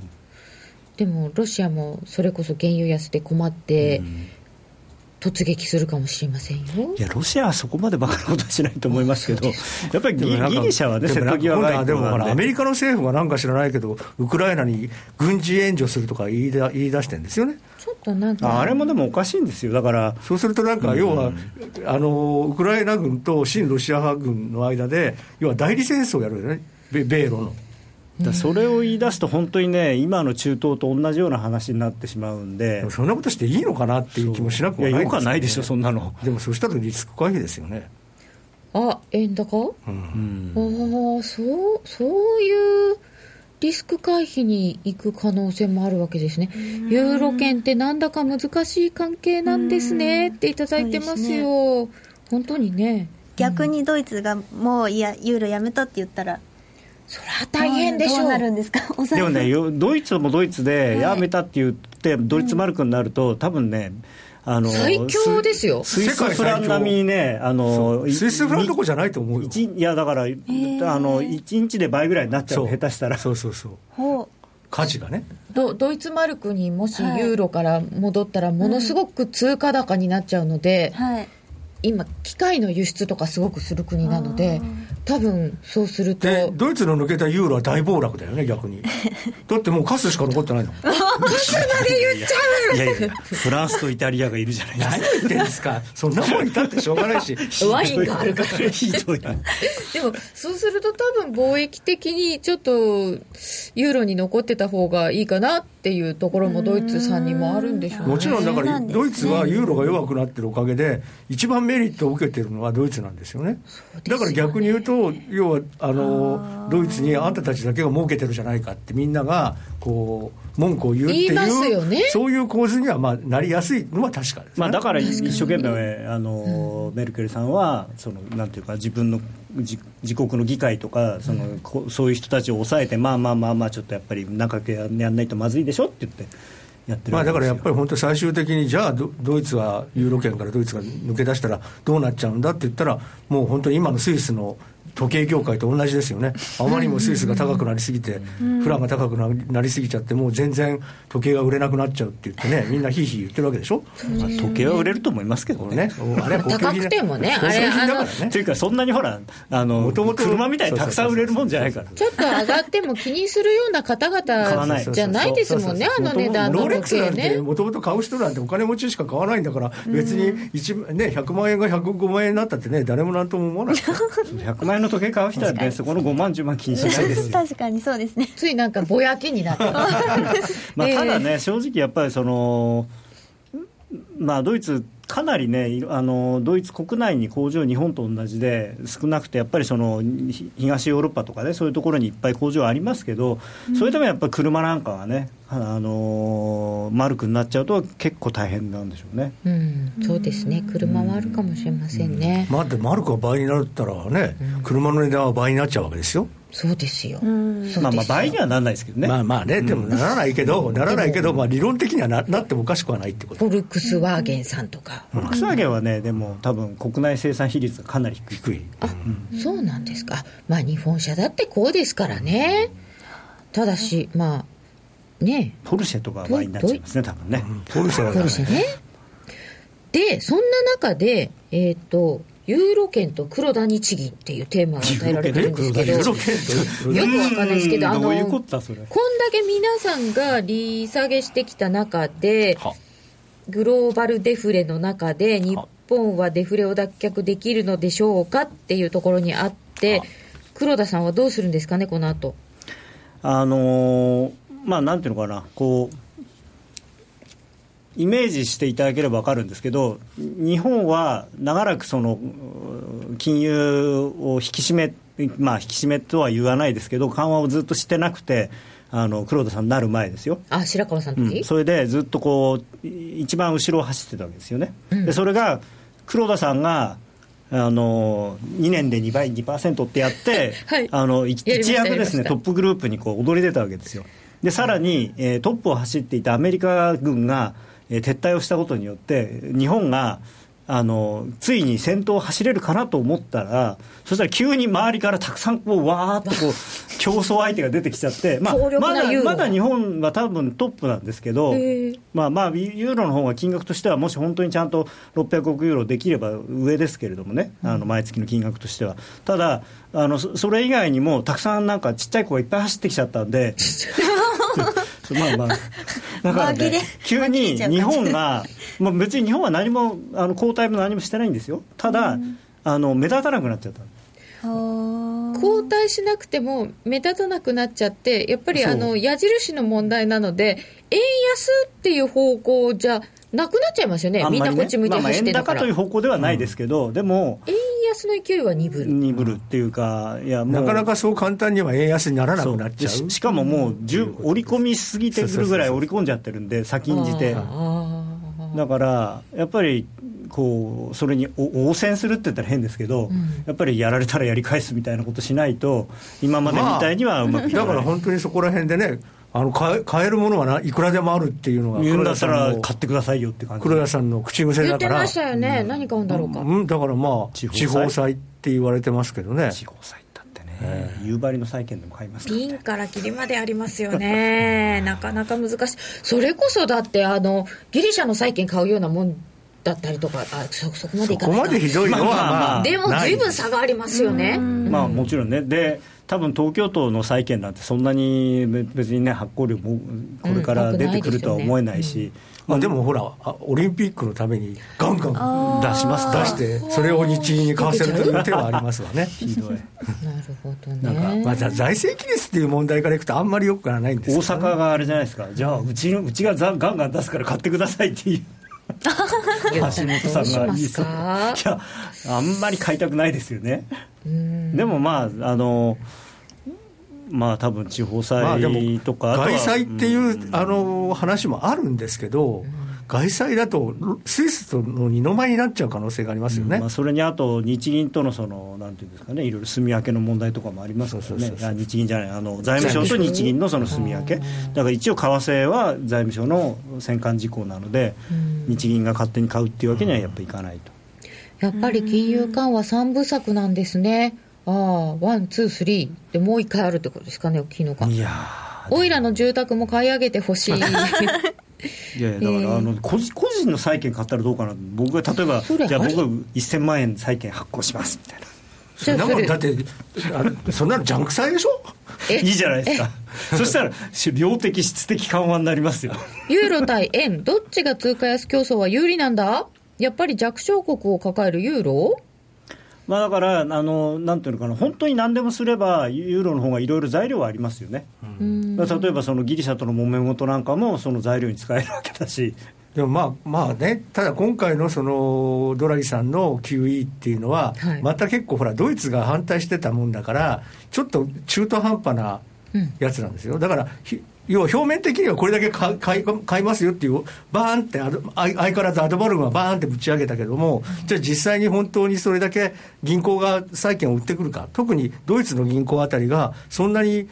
Speaker 1: でもロシアもそれこそ原油安で困って、突撃するかもしれませんよ。
Speaker 2: いやロシアはそこまでバカなことはしないと思いますけど、やっぱり
Speaker 4: で
Speaker 2: ギ
Speaker 4: も
Speaker 2: リ
Speaker 4: なんか
Speaker 2: ギリシャはね、
Speaker 4: で
Speaker 2: 瀬
Speaker 4: もな
Speaker 2: 戸
Speaker 4: ん
Speaker 2: 際外
Speaker 4: か今度はで
Speaker 2: 交
Speaker 4: も
Speaker 2: な
Speaker 4: ほら
Speaker 2: んで
Speaker 4: アメリカの政府がなんか知らないけど、ウクライナに軍事援助するとか言いだ言い出してるんですよね。
Speaker 1: ちょっとなんか
Speaker 2: ああれもでもおかしいんですよ、だから、
Speaker 4: そうするとなんか、要は、あのウクライナ軍と親ロシア派軍の間で、要は代理戦争をやるよね、米米ロの。
Speaker 2: だからそれを言い出すと、本当にね、今の中東と同じような話になってしまうんで
Speaker 4: でも、そんなことしていいのかなっていう気もしなく
Speaker 2: い
Speaker 4: も
Speaker 2: や、
Speaker 4: ない
Speaker 2: よくはないでしょ、そん
Speaker 4: な。
Speaker 2: なの。
Speaker 4: でもそうしたらリスク回避ですよね。
Speaker 1: あ円高、
Speaker 2: うん
Speaker 1: ああそうそういうリスク回避に行く可能性もあるわけですねユーロ圏ってなんだか難しい関係なんですねっていただいてますよ本当にね
Speaker 3: 逆にドイツがもういやユーロやめたって言ったら
Speaker 1: そりゃ大変でしょ
Speaker 3: ど
Speaker 1: う
Speaker 3: うなるんですか 抑
Speaker 2: で
Speaker 3: え
Speaker 2: もね、
Speaker 3: よ
Speaker 2: よドイツもドイツでやめたって言って、ドイツマルクになると、多分ね、あの
Speaker 1: 最強ですよ
Speaker 2: スイスフラン並みにね、あの
Speaker 4: スイスフランどころじゃないと思うよ
Speaker 2: 一いやだから、あの1日で倍ぐらいになっちゃう、下手したら。
Speaker 4: そうそうそう価値がね
Speaker 1: ドドイツマルクにもしユーロから戻ったらものすごく通貨高になっちゃうので、
Speaker 3: はい
Speaker 1: 今機械の輸出とかすごくする国なので多分そうすると
Speaker 4: でドイツの抜けたユーロは大暴落だよね逆 にだってもうカスしか残ってないの
Speaker 2: いやいや、フランスとイタリアがいるじゃないですか。
Speaker 4: 何言ってんですかそんなもんいたってしょうがないし
Speaker 1: ワインがあるから
Speaker 2: ひどいな。
Speaker 1: でもそうすると多分貿易的にちょっとユーロに残ってた方がいいかなっていうところもドイツさんにもあるんでしょうね
Speaker 4: もちろんだか
Speaker 3: そうな
Speaker 4: ら
Speaker 3: んですね
Speaker 4: ドイツはユーロが弱くなってるおかげで一番メリットを受けてるのはドイツなんですよねだから逆に言うと要はあのドイツにあんたたちだけが儲けてるじゃないかってみんながこう文句を言うって
Speaker 1: 言います
Speaker 4: い
Speaker 1: よ
Speaker 4: う、
Speaker 1: ね
Speaker 4: そういう構図にはまあなりやすいのは確かですね、
Speaker 2: まあ、だから一生懸命あの、メルケルさんはそのなんていうか自分の自自国の議会とかその、こうそういう人たちを抑えてまあまあまあまあちょっとやっぱり中けやんないとまずいでしょって言ってやってる
Speaker 4: まあ、
Speaker 2: わけです
Speaker 4: だから
Speaker 2: よ
Speaker 4: やっぱり本当最終的にじゃあドドイツはユーロ圏からドイツが抜け出したらどうなっちゃうんだって言ったらもう本当に今のスイスの時計業界と同じですよねあまりにもスイスが高くなりすぎてフランが高くなりなりすぎちゃってもう全然時計が売れなくなっちゃうって言ってねみんなひいひい言ってるわけでしょ
Speaker 2: まあ時計は売れると思いますけど
Speaker 4: これ
Speaker 2: ね
Speaker 4: ねおあれは高
Speaker 1: 高くてもねあれ
Speaker 4: 品だから
Speaker 1: あ
Speaker 4: ね
Speaker 2: というかそんなにほらあの
Speaker 4: 元々
Speaker 2: 車みたいにたくさん売れるもんじゃないから
Speaker 1: ちょっと上がっても気にするような方
Speaker 2: 買わない
Speaker 1: 々じゃないですもんね、あの値段
Speaker 4: ロ
Speaker 1: の
Speaker 4: ーレッ
Speaker 1: 時
Speaker 4: クスな
Speaker 1: 計
Speaker 4: んて
Speaker 1: ね。
Speaker 4: もともと買う人なんてお金持ちしか買わないんだから別に一ね100万円が105万円になったってね誰もなんとも思わ ない
Speaker 2: 100万円の時計買う人はねそこの5万10万気にしないですよ
Speaker 3: 確かにそうですね
Speaker 1: ついなんかぼやきにな ってます
Speaker 2: まあ、
Speaker 1: ええ
Speaker 2: ただね、正直やっぱりその、まあ、ドイツ、かなりね、いろあのドイツ国内に工場、日本と同じで、少なくて、やっぱりそのひ東ヨーロッパとかね、そういうところにいっぱい工場ありますけど、それでもやっぱり車なんかはね、あのマルクになっちゃうと、結構大変なんでしょうね。
Speaker 1: うん、そうですね、車はあるかもしれませんね。
Speaker 4: まあ、でマルクが倍になるったらね、車の値段は倍になっちゃうわけですよ、
Speaker 1: そうですよ。そ
Speaker 3: ん
Speaker 1: うですよ
Speaker 2: まあ、まあ倍にはならないですけどね、
Speaker 4: まあまあね、でもならないけど、ならないけど、まあ、理論的にはななってもおかしくはないってこと
Speaker 1: フォルクスワーゲンさんとか。
Speaker 2: フォルクスワーゲンはね、でも多分国内生産比率がかなり低い。
Speaker 4: 低い、
Speaker 1: そうなんですか。まあ日本車だってこうですからね。ただし、まあ、ね
Speaker 2: ポルシェとかは倍になっちゃいますね、多分ね。
Speaker 4: ポルシェだ
Speaker 1: え、
Speaker 4: か
Speaker 1: ポ
Speaker 4: ら
Speaker 1: ルシェね。で、そんな中で、えっ、と、ユーロ圏と黒田日銀っていうテーマが与えられてるんですけど、
Speaker 4: ユー
Speaker 1: よ
Speaker 4: ロ
Speaker 1: く
Speaker 4: 圏と
Speaker 1: わかんないですけど、あ
Speaker 2: う
Speaker 1: の、
Speaker 2: んどういうことだそれ
Speaker 1: こんだけ皆さんが利下げしてきた中で、グローバルデフレの中で、日本はデフレを脱却できるのでしょうかっていうところにあって、黒田さんはどうするんですかね、この後
Speaker 2: あのーまあなんていうのかなこうイメージしていただければ分かるんですけど日本は長らくそのうー金融を引き締めまあ引き締めとは言わないですけど緩和をずっとしてなくてあの黒田さんになる前ですよ
Speaker 1: あ、白川さん
Speaker 2: う
Speaker 1: の
Speaker 2: ん
Speaker 1: 時、
Speaker 2: それでずっとこうい一番後ろを走ってたわけですよね、でそれが黒田さんがあの2年で2倍2%ってやって、
Speaker 1: はい
Speaker 2: あの
Speaker 1: やり
Speaker 2: い
Speaker 1: ました
Speaker 2: 一躍です
Speaker 1: やりまし
Speaker 2: ね
Speaker 1: た
Speaker 2: トップグループにこう躍り出たわけですよでさらに、えートップを走っていたアメリカ軍が、えー撤退をしたことによって日本があのついに先頭を走れるかなと思ったらそしたら急に周りからたくさんこう わーっとこう競争相手が出てきちゃって、まあ、
Speaker 1: 強力な
Speaker 2: まだ
Speaker 1: ユーロが
Speaker 2: まだ日本は多分トップなんですけど、まあまあ、ユーロの方が金額としては、もし本当にちゃんと600億ユーロできれば上ですけれどもね、あの毎月の金額としては、ただあの、そそれ以外にも、たくさんなんかちっちゃい子がいっぱい走ってきちゃった んで、まあまあ、だから、
Speaker 3: 紛れ
Speaker 2: ね、急に日本が、まあ、別に日本は何も、あの交代も何もしてないんですよ、ただ、あの目立たなくなっちゃった。
Speaker 1: 交代しなくても目立たなくなっちゃって、やっぱりあの矢印の問題なので、円安っていう方向じゃなくなっちゃいますよね、
Speaker 2: あん
Speaker 1: みん
Speaker 2: ま
Speaker 1: な
Speaker 2: り
Speaker 1: こ
Speaker 2: ね
Speaker 1: っち向いて
Speaker 2: まあまあ
Speaker 1: 走って
Speaker 2: 円
Speaker 1: だか
Speaker 2: 高
Speaker 1: ら、
Speaker 2: という方向ではないですけど、でも、
Speaker 1: 円安の勢いは鈍る、
Speaker 2: 鈍るっていうか、いやもう
Speaker 4: なかなかそう簡単には円安にならなくなっちゃ
Speaker 2: そううししかももう10折り込みすぎてくるぐらい
Speaker 4: そうそうそうそう
Speaker 2: 折り込んじゃってるんで先んじて
Speaker 1: あー
Speaker 2: だからやっぱりこうそれにお応戦するって言ったら変ですけど、
Speaker 1: ん
Speaker 2: やっぱりやられたらやり返すみたいなことしないと今までみたいにはうまくいか
Speaker 4: だ
Speaker 2: な
Speaker 4: か
Speaker 2: い、
Speaker 4: ら本当にそこら辺でね、あの買え買えるものはないくらでもあるっていうのが
Speaker 2: 言うんだ
Speaker 4: 黒田
Speaker 2: った
Speaker 4: さん
Speaker 2: ら
Speaker 4: の
Speaker 2: 買ってくださいよって感じ
Speaker 4: 黒田さんの口癖
Speaker 1: 言
Speaker 4: だ
Speaker 1: って
Speaker 4: か
Speaker 1: ま
Speaker 4: ら、
Speaker 1: したよね、何買うんだろうか、
Speaker 4: うん、だからまあ、
Speaker 2: 地
Speaker 4: 地
Speaker 2: 方
Speaker 4: 方
Speaker 2: 債
Speaker 4: 債って言われてますけどね、
Speaker 2: 地方債だってね夕張の債券でも買いますから
Speaker 1: ピンからキリまでありますよねなかなか難しいそれこそだってあのギリシャの債券買うようなもんだったりとかあそそこまでいか
Speaker 4: ここ
Speaker 1: ない
Speaker 4: ま
Speaker 1: か
Speaker 4: でひどいのは、
Speaker 2: まあまあ
Speaker 4: ま
Speaker 2: ま
Speaker 4: あ、
Speaker 2: あ
Speaker 1: でも
Speaker 4: ない
Speaker 1: 随分差がありますよね
Speaker 2: まあもちろんね、で多分東京都の債券なんて、そんなにべ別にね、発行量もこれから出てくるとは思えないし、
Speaker 4: まあ、でもほら、あオリンピックのために、ガンガン
Speaker 2: 出します
Speaker 4: 出
Speaker 2: か
Speaker 4: して、それを日銀に買わせるという手はありますわね。
Speaker 2: ひどい、
Speaker 1: なるほど
Speaker 4: なんか
Speaker 1: ね
Speaker 4: まあ、じゃあ財政規律っていう問題からいくと、あんまりよくはないんです
Speaker 2: 大
Speaker 4: けど
Speaker 2: 阪があれじゃないですか、じゃあ、うちのうちがざガンガン出すから買ってくださいっていう。橋本さんがいいそうい
Speaker 1: どうし
Speaker 2: やあんまり買いたくないですよねでもまああのまあ多分地方
Speaker 4: まあでも
Speaker 2: 債とか、あとは
Speaker 4: 外債っていう、
Speaker 2: うん
Speaker 4: あの話もあるんですけど、外債だと、スイスとの二の舞になっちゃう可能性がありますよね。
Speaker 2: まあ、それにあと日銀とのそのなんていうんですかねいろいろ住み分けの問題とかもありますからねあ日銀じゃないあの財務省と日銀のその住み分けだから一応為替は財務省の選管事項なので日銀が勝手に買うっていうわけにはやっぱいかないと、
Speaker 1: やっぱり金融緩和3部作なんですねああワンツースリーでもう一回あるってことですかね大きいのが
Speaker 2: いや
Speaker 1: おいらの住宅も買い上げてほしい
Speaker 2: ーいやいやだから、あの個人個人の債券買ったらどうかな僕が例えば
Speaker 1: それ
Speaker 2: じゃあ
Speaker 1: あ
Speaker 2: 僕
Speaker 1: り
Speaker 2: が1000万円債券発行しますみたいな
Speaker 1: じゃ
Speaker 4: そ
Speaker 1: あ
Speaker 4: んな
Speaker 1: そ
Speaker 4: もん
Speaker 1: れ
Speaker 4: だってあのそんなのジャンク債でしょ
Speaker 1: え
Speaker 2: いいじゃないですかそしたら量的質的緩和になりますよ
Speaker 1: ユーロ対円、どっちが通貨安競争は有利なんだやっぱり弱小国を抱えるユーロ
Speaker 2: まあ、だからあの、なんていうのかな、本当に何でもすれば、ユーロの方がいろいろ材料はありますよね、だから例えばそのギリシャとの揉め事なんかも、その材料に使えるわけだし、
Speaker 4: でもまあまあね、ただ今回のそのドラギさんの QE っていうのは、
Speaker 1: はい
Speaker 4: また結構ほら、ドイツが反対してたもんだから、ちょっと中途半端なやつなんですよ、だから、ひ要は表面的にはこれだけ買い買い買いますよっていう、バーンってアド、あい相変わらずアドバルーンはバーンってぶち上げたけども、じゃあ実際に本当にそれだけ銀行が債券を売ってくるか、特にドイツの銀行あたりが、そんなに。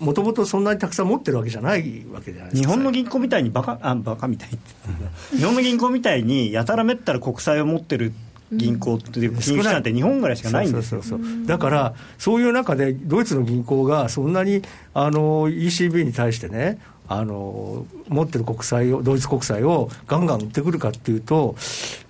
Speaker 4: もともとそんなにたくさん持ってるわけじゃないわけじゃないですか
Speaker 2: 日本の銀行みたいにバカ、あバカみたいって言ってた日本の銀行みたいに、やたらめったら国債を持ってる銀行っていう、金融機関って日本ぐらいしかないんですよ。
Speaker 4: そうそうそうそうだから、そういう中で、ドイツの銀行がそんなにあの ECB に対してね、あの持ってる国債を、ドイツ国債をガンガン売ってくるかっていうと、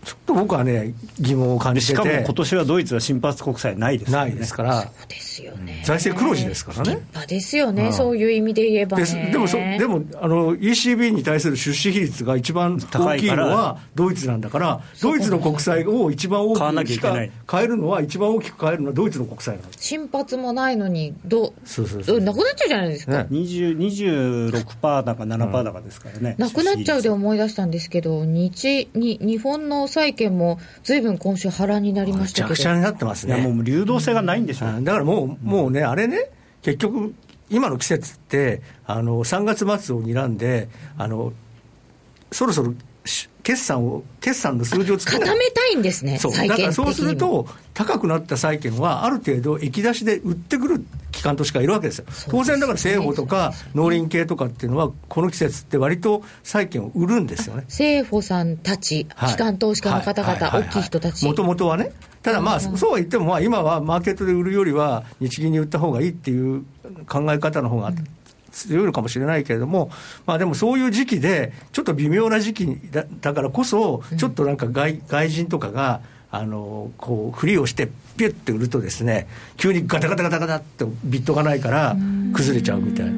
Speaker 4: ちょっと僕はね、疑問を感じて
Speaker 2: しかも
Speaker 4: て
Speaker 2: 今、年はドイツは新発国債ないですよ
Speaker 4: な
Speaker 2: ね
Speaker 4: いですから、
Speaker 1: ですよね。
Speaker 4: 財政黒字ですからね。
Speaker 1: あですよね、そういう意味で言えば
Speaker 4: で
Speaker 1: ね。
Speaker 4: でもそでもあの ECB に対する出資比率が一番
Speaker 2: 高
Speaker 4: 大
Speaker 2: い
Speaker 4: きい
Speaker 2: から
Speaker 4: のはドイツなんだから、ドイツの国債を一番
Speaker 2: 買わ
Speaker 4: 大
Speaker 2: な
Speaker 4: き
Speaker 2: きゃい
Speaker 4: くし
Speaker 2: け
Speaker 4: か
Speaker 2: ない
Speaker 4: 買えるのは、一番大きく買えるのはドイツの国債なんです。
Speaker 1: 新発もないのに、どう、
Speaker 4: そうそうそう
Speaker 1: どなくなっちゃうじゃないですか。
Speaker 4: ね
Speaker 2: 20 26%だか7%だかですからね、
Speaker 1: なくなっちゃうで思い出したんですけど、日、に、日本の債券も随分今週波乱になりま
Speaker 4: め
Speaker 1: し
Speaker 4: ち
Speaker 1: た
Speaker 4: ゃ
Speaker 1: け
Speaker 4: くちゃ
Speaker 1: ど。
Speaker 4: になってます
Speaker 2: いや
Speaker 4: ね。
Speaker 2: もう流動性がないんでしょう、
Speaker 4: うんだからもう、もうね、あれね、結局、今の季節って、あの3月末を睨んで、あのそろそろし決算を、決算の数字を作らな
Speaker 1: 固
Speaker 4: い
Speaker 1: めたいんですね、
Speaker 4: そう
Speaker 1: 債
Speaker 4: だ
Speaker 1: 券
Speaker 4: か
Speaker 1: 的に
Speaker 4: ら
Speaker 1: も。
Speaker 4: そうすると、高くなった債券は、ある程度、液出しで売ってくる機関投資家がいるわけですよ、当然だから、政府とか農林系とかっていうのは、この季節って割と債券を売るんですよね。
Speaker 1: 政府さんたち、
Speaker 4: はい
Speaker 1: 機関投資家の方々、
Speaker 4: ははは
Speaker 1: 大きい人たち。
Speaker 4: もともとはね、ただまあ、そうは言っても、まあ今はマーケットで売るよりは、日銀に売った方がいいっていう考え方の方が強いのかもしれないけれども、まあでもそういう時期で、ちょっと微妙な時期にだだからこそ、ちょっとなんか外外人とかが、あのこうふりをして、ピュッて売るとですね、急にガタガタガタガタってビットがないから、崩れちゃうみたいな。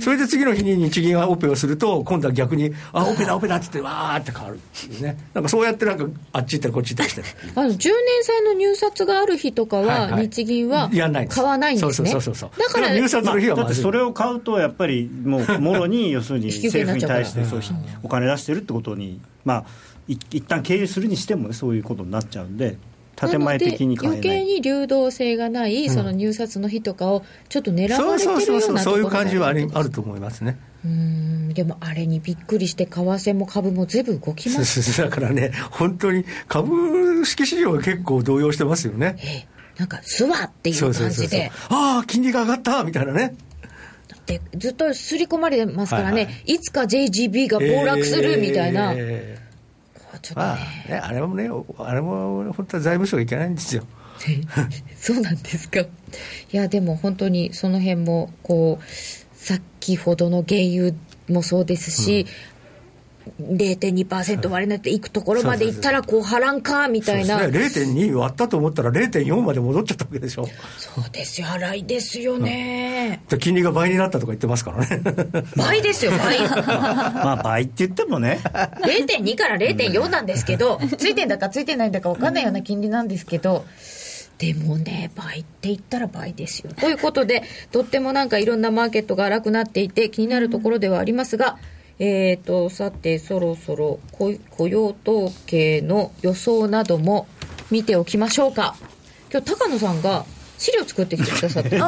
Speaker 4: それで次の日に日銀がオペをすると、今度は逆に、あ、オペだ、オペだって言って、わーって変わるっていうね、なんかそうやって、なんかあっち行ったり、こっち行ったりしてる、
Speaker 1: あの10年債の入札がある日とか
Speaker 4: はい
Speaker 1: は、
Speaker 4: はい
Speaker 1: 日銀は
Speaker 4: やんないんです
Speaker 1: 買わないんですね。
Speaker 4: そうそうそうそう
Speaker 1: だから、
Speaker 4: でも入札
Speaker 2: ま
Speaker 4: そ
Speaker 2: あ
Speaker 4: の日は
Speaker 2: だ
Speaker 4: ま
Speaker 2: っ
Speaker 4: ず
Speaker 2: てそれを買うとやっぱりもうも ろに要するに
Speaker 1: 引き受けにな
Speaker 2: 政府
Speaker 1: っ
Speaker 2: に
Speaker 1: ちゃうから
Speaker 2: 対してそうお金出してるってことにまあい一旦経由するにしてもねそういうことになっちゃうんで建前的に
Speaker 1: な
Speaker 2: 買
Speaker 1: の
Speaker 2: え
Speaker 1: で
Speaker 2: な
Speaker 1: 余計
Speaker 2: い
Speaker 1: に流動性がない、その入札の日とかをちょっと狙われてるような
Speaker 4: そうそうそうそう、
Speaker 1: と
Speaker 4: そう
Speaker 1: こ
Speaker 4: い
Speaker 1: ろ
Speaker 4: う
Speaker 1: が
Speaker 4: 感じはありあると思いますね。
Speaker 1: うんでもあれにびっくりして為替も株もずいぶん動きます
Speaker 4: だからね、本当に株式市場は結構動揺してますよね。
Speaker 1: ええなんか「すわ」っていう
Speaker 4: そ
Speaker 1: 感
Speaker 4: う
Speaker 1: じ
Speaker 4: そ
Speaker 1: で
Speaker 4: うそうそう。ああ、金利が上がったみたいなね。
Speaker 1: でずっと刷り込まれてますからね、
Speaker 4: はいいは
Speaker 1: つか JGB が暴落するみたいな、
Speaker 4: え
Speaker 1: こうちょ
Speaker 4: ー
Speaker 1: っと
Speaker 4: まあ
Speaker 1: ね、
Speaker 4: ね、あれもね、あれも本当は財務省がいけないんですよ。
Speaker 1: そうなんですかいやでも本当にその辺もこう先ほどの原油もそうですし、0.2%割れなっていくところまでいったらこう波乱かみ
Speaker 4: そう
Speaker 1: た
Speaker 4: で
Speaker 1: い
Speaker 4: す
Speaker 1: な
Speaker 4: ね。0.2割ったと思ったら0.4まで戻っちゃったわけでしょ。
Speaker 1: そうですよ荒いですよね、
Speaker 4: で金利が倍になったとか言ってますからね。
Speaker 1: 倍ですよ倍
Speaker 2: まあ倍って言って もね
Speaker 1: 0.2から0.4なんですけど、ついてんだかついてないんだか分かんないような金利なんですけど、でもね、倍って言ったら倍ですよ。ということで、とってもなんかいろんなマーケットが荒くなっていて、気になるところではありますが、えーと、さて、そろそろ雇雇用統計の予想なども見ておきましょうか。今日高野さんが資料作ってきてくださって、
Speaker 2: っ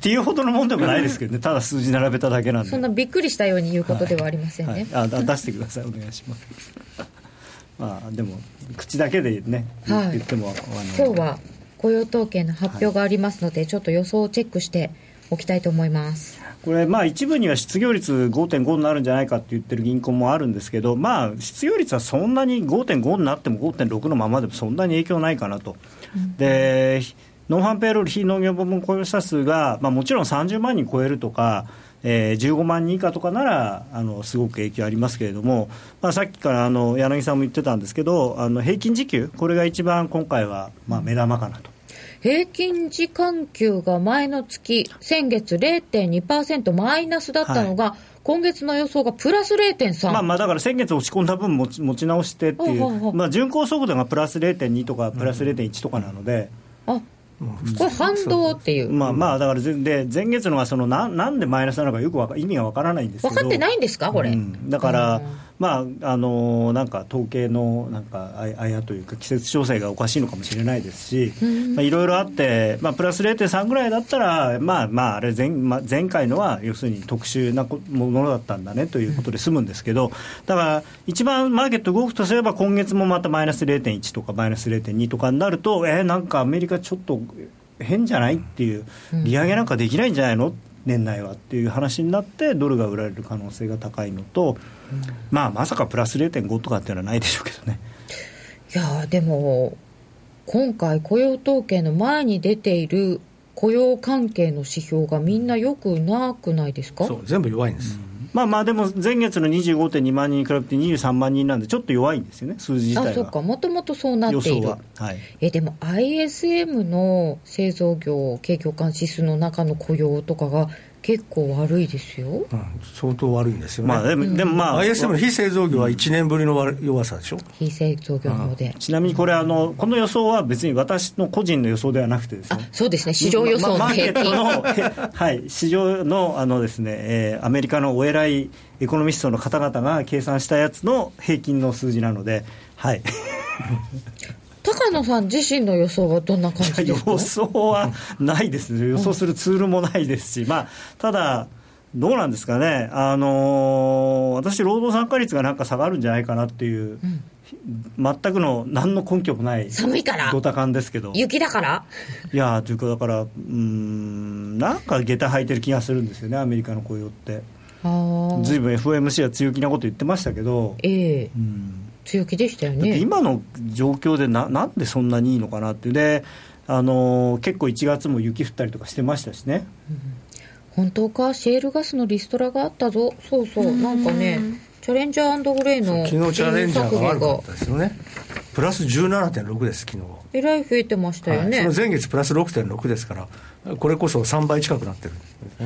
Speaker 2: ていうほどのもんでもないですけどねただ数字並べただけなんで
Speaker 1: そんなびっくりしたように言うことではありませんね。
Speaker 2: はい、あだ出してくださいお願いしますまあでも口だけでね言,、
Speaker 1: はい
Speaker 2: ってもあの
Speaker 1: 今日は雇用統計の発表がありますので、ちょっと予想をチェックしておきたいと思います。
Speaker 2: これ、まあ、一部には失業率5.5になるんじゃないかって言ってる銀行もあるんですけど、まあ、失業率はそんなに5.5になっても5.6のままでもそんなに影響ないかなと。でノンファンペイロール非農業部門雇用者数が、まあ、もちろん30万人超えるとか、えー15万人以下とかならあのすごく影響ありますけれども、まあ、さっきからあの柳さんも言ってたんですけどあの平均時給これが一番今回は、まあ、目玉かなと。
Speaker 1: 平均時間給が前の月、先月0.2%マイナスだったのが、今月の予想がプラス0.3。
Speaker 2: まあ、まあだから先月落ち込んだ分持ち持ち直してってい
Speaker 1: ほうほうほう
Speaker 2: う、まあ、巡航速度がプラス0.2とかプラス0.1とかなので、
Speaker 1: あ、これ反動っていう。
Speaker 2: まあまあだからぜで前月のがそのななんでマイナスなのかよくわか意味がわからないんですけ
Speaker 1: 分
Speaker 2: ど
Speaker 1: かってないんですかこれ。
Speaker 2: うんだから、
Speaker 1: うん
Speaker 2: まああのーなんか統計のなんかあやあやというか季節調整がおかしいのかもしれないですし、まあ、いろいろあって、まあ、プラス0.3ぐらいだったらまあまああれ前,、まあ、前回のは要するに特殊なこものだったんだねということで済むんですけどだから一番マーケット動くとすれば今月もまたマイナス0.1とかマイナス0.2とかになるとえーなんかアメリカちょっと変じゃないっていう利上げなんかできないんじゃないの年内はっていう話になってドルが売られる可能性が高いのと、まあ、まさかプラス0.5とかっていうのはないでしょうけどね。
Speaker 1: いやーでも今回雇用統計の前に出ている雇用関係の指標がみんな良くなくないですか
Speaker 4: そう、全部弱いんです。
Speaker 2: まあまあでも前月の25.2万人に比べて23万人なんでちょっと弱いんですよね数字自
Speaker 1: あ
Speaker 2: 体
Speaker 1: そうか
Speaker 2: は
Speaker 1: もともとそうな
Speaker 2: 予
Speaker 1: ってい
Speaker 2: 想
Speaker 1: る
Speaker 2: は、はい、
Speaker 1: えでも ISM の製造業景況感指数の中の雇用とかが結構悪いですよ
Speaker 4: うん相当悪いんですよね。
Speaker 2: まあでもでもまあ、
Speaker 4: ISM の非製造業は1年ぶりの悪弱さでしょ、
Speaker 1: 非製造業の方で
Speaker 2: ちなみにこれあのこの予想は別に私の個人の予想ではなくてです
Speaker 1: あ
Speaker 2: ね
Speaker 1: そうですね市場予想の
Speaker 2: まマーケ
Speaker 1: 平
Speaker 2: ット
Speaker 1: 均、
Speaker 2: の、へはい、市場のあのです、ねえーアメリカのお偉いエコノミストの方々が計算したやつの平均の数字なので、はい、
Speaker 1: 高野さん自身の予想はどんな感じ ですか
Speaker 2: 予想はないですね、予想するツールもないですし、まあ、ただ、どうなんですかね、あのー私、労働参加率がなんか下がるんじゃないかなっていう、全くの何の根拠もない、
Speaker 1: 寒いから
Speaker 2: ドタ感ですけど。
Speaker 1: 雪だから
Speaker 2: いやーというかだからうーんなんか下駄履いてる気がするんですよねアメリカの雇用って
Speaker 1: あー
Speaker 2: ずいぶん FOMC は強気なこと言ってましたけど、
Speaker 1: ええ
Speaker 2: うん、
Speaker 1: 強気でしたよ
Speaker 2: だって
Speaker 1: ね
Speaker 2: 今の状況でななんでそんなにいいのかなってであのー結構1月も雪降ったりとかしてましたしね
Speaker 1: 本当かシェールガスのリストラがあったぞそうそうなんかねチャレンジャーグレイの
Speaker 4: 昨日チャレンジャーが悪か
Speaker 1: が
Speaker 4: ったですよね、プラス17.6です、昨日
Speaker 1: えらい増えてましたよ
Speaker 4: はい、
Speaker 1: ね、
Speaker 4: その前月プラス6.6ですから、これこそ3倍近くなってる、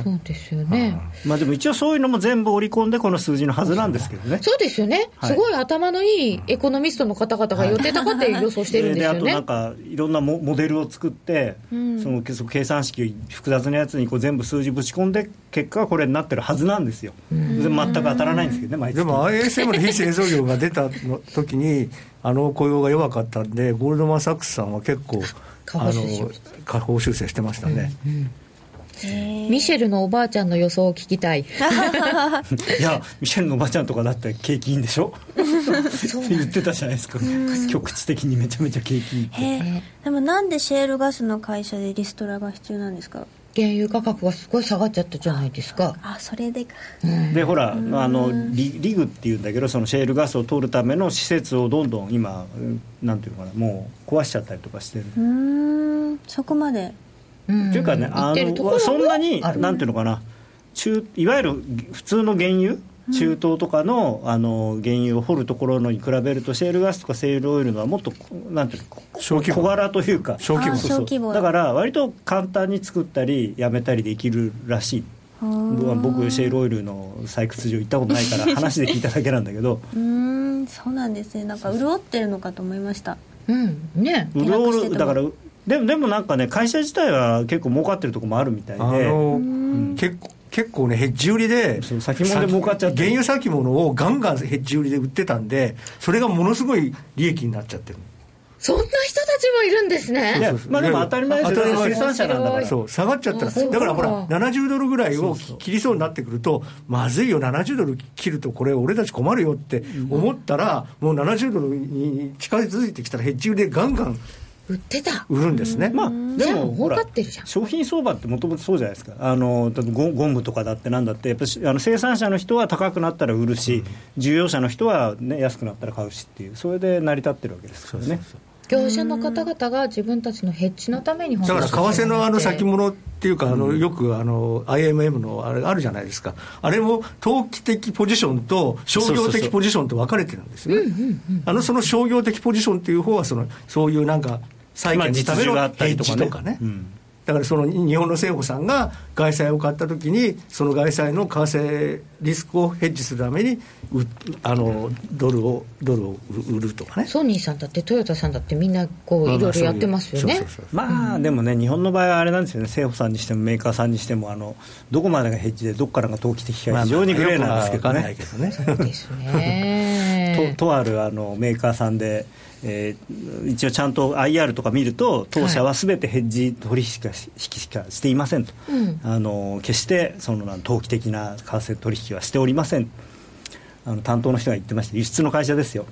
Speaker 1: そうですよね、
Speaker 2: まあでも一応そういうのも全部織り込んでこの数字のはずなんですけどね
Speaker 1: そうですよね、
Speaker 2: はい
Speaker 1: すごい頭のいいエコノミストの方々が予定高 って予想してるんですよ
Speaker 2: であと
Speaker 1: ね、
Speaker 2: なんかいろんなモモデルを作って、そのけその計算式を複雑なやつにこう全部数字ぶち込んで結果はこれになってるはずなんですよ、で全く当たらないんですけどね毎月
Speaker 4: でも ISM の非製造業が出たの時に、あの雇用が弱かったんで、ゴールドマン・サックスさんは結構、
Speaker 1: 下方修正
Speaker 4: あの下方修正してましたね、
Speaker 1: ミシェルのおばあちゃんの予想を聞きたい
Speaker 2: いやミシェルのおばあちゃんとかだって景気いいんでし ょって言ってたじゃないですか局地的にめちゃめちゃ景気いいって
Speaker 3: へえでもなんでシェールガスの会社でリストラが必要なんですか
Speaker 1: 原油価格がすごい下がっちゃったじゃないですか
Speaker 3: あそれでか
Speaker 2: でほらあのリリグっていうんだけどそのシェールガスを取るための施設をどんどん今うんなんていうのかなもう壊しちゃったりとかしてる
Speaker 3: うーんそこまで
Speaker 1: うん
Speaker 2: っていうかね、
Speaker 1: 言
Speaker 2: あ
Speaker 1: ってるところも
Speaker 2: のそんなに
Speaker 1: ある
Speaker 2: なんていうのかな中いわゆる普通の原油中東とかの,、あの原油を掘るところのに比べるとシェールガスとかセールオイルのはもっとこなんていうのこ
Speaker 4: 小規模
Speaker 2: 小柄というか
Speaker 4: 小規模
Speaker 3: あ
Speaker 2: そうそう
Speaker 3: 小規模
Speaker 2: だから割と簡単に作ったりやめたりできるらしい僕は僕シェールオイルの採掘場行ったことないから話で聞いただけなんだ けど
Speaker 3: うーんそうなんですねなんか潤ってるのかと思いました
Speaker 1: うんね
Speaker 3: 下落
Speaker 2: 潤
Speaker 3: してたも
Speaker 2: うんだからでもでもなんかね会社自体は結構儲かってるとこもあるみたい
Speaker 4: あ
Speaker 2: で。
Speaker 4: の、結構結構ねヘッジ売りで
Speaker 2: そう先物で儲かっちゃって
Speaker 4: 原油先物をガンガンヘッジ売りで売ってたんでそれがものすごい利益になっちゃってる
Speaker 1: そんな人たちもいるんです
Speaker 4: い
Speaker 2: い
Speaker 1: ね
Speaker 4: や
Speaker 2: やまあでも当たり前ですよ
Speaker 4: 当たり前
Speaker 2: 生産者なんだか
Speaker 1: はい
Speaker 2: ら
Speaker 4: そう下がっちゃった
Speaker 1: あそう
Speaker 4: ら
Speaker 1: か
Speaker 4: だからほら70ドルぐらいを切りそうになってくるとまずいよ70ドル切るとこれ俺たち困るよって思ったらもう70ドルに近づいてきたらヘッジ売りでガンガン
Speaker 1: 売ってた
Speaker 4: 売るんですね
Speaker 2: まあ
Speaker 1: じ
Speaker 2: で
Speaker 1: ゃあもう
Speaker 2: もほ
Speaker 1: 儲
Speaker 2: ら
Speaker 1: かってるじゃん
Speaker 2: 商品相場ってもともとそうじゃないですかあのだってゴゴムとかだってなんだってやっぱしあの生産者の人は高くなったら売るし、重要者の人は、ね、安くなったら買うしっていうそれで成り立ってるわけですからね
Speaker 1: 業者の方々が自分たちのヘッジのために
Speaker 4: だから為替のあの先
Speaker 1: も
Speaker 4: 物っていうか、あのよくあの IMM のあれあるじゃないですか、あれも投機的ポジションと商業
Speaker 2: そうそうそ
Speaker 4: 的
Speaker 2: う
Speaker 4: ポジションと分かれてるんですよね、あのその商業的ポジションっていう方はそのそういうなんか、債
Speaker 2: まあ
Speaker 4: 券のため
Speaker 2: 実需
Speaker 4: の
Speaker 2: があったり
Speaker 4: ヘッ
Speaker 2: とか
Speaker 4: ジ
Speaker 2: ね
Speaker 4: とかね
Speaker 2: うん。
Speaker 4: だからその日本の政府さんが外債を買ったときに、その外債の為替リスクをヘッジするためにうあのドルを、ドルを売るとかね、
Speaker 1: ソニーさんだってトヨタさんだってみんなこういろいろやってますよね
Speaker 4: そうそうそう
Speaker 2: まあ、でもね日本の場合はあれなんですよね政府さんにしてもメーカーさんにしてもあのどこまでがヘッジでどこからが投機的か非常にグレーなんですけど
Speaker 4: まあ
Speaker 2: ね、
Speaker 4: まあよくはわかんないけどね。
Speaker 1: ですね
Speaker 2: ととあるあのメーカーさんで、えー一応ちゃんと IR とか見ると当社はすべてヘッジ取引しかし引きしかしていませんと、
Speaker 1: うん
Speaker 2: あの決してそのなん投機的な為替取引はしておりませんあの担当の人が言ってました輸出の会社ですよ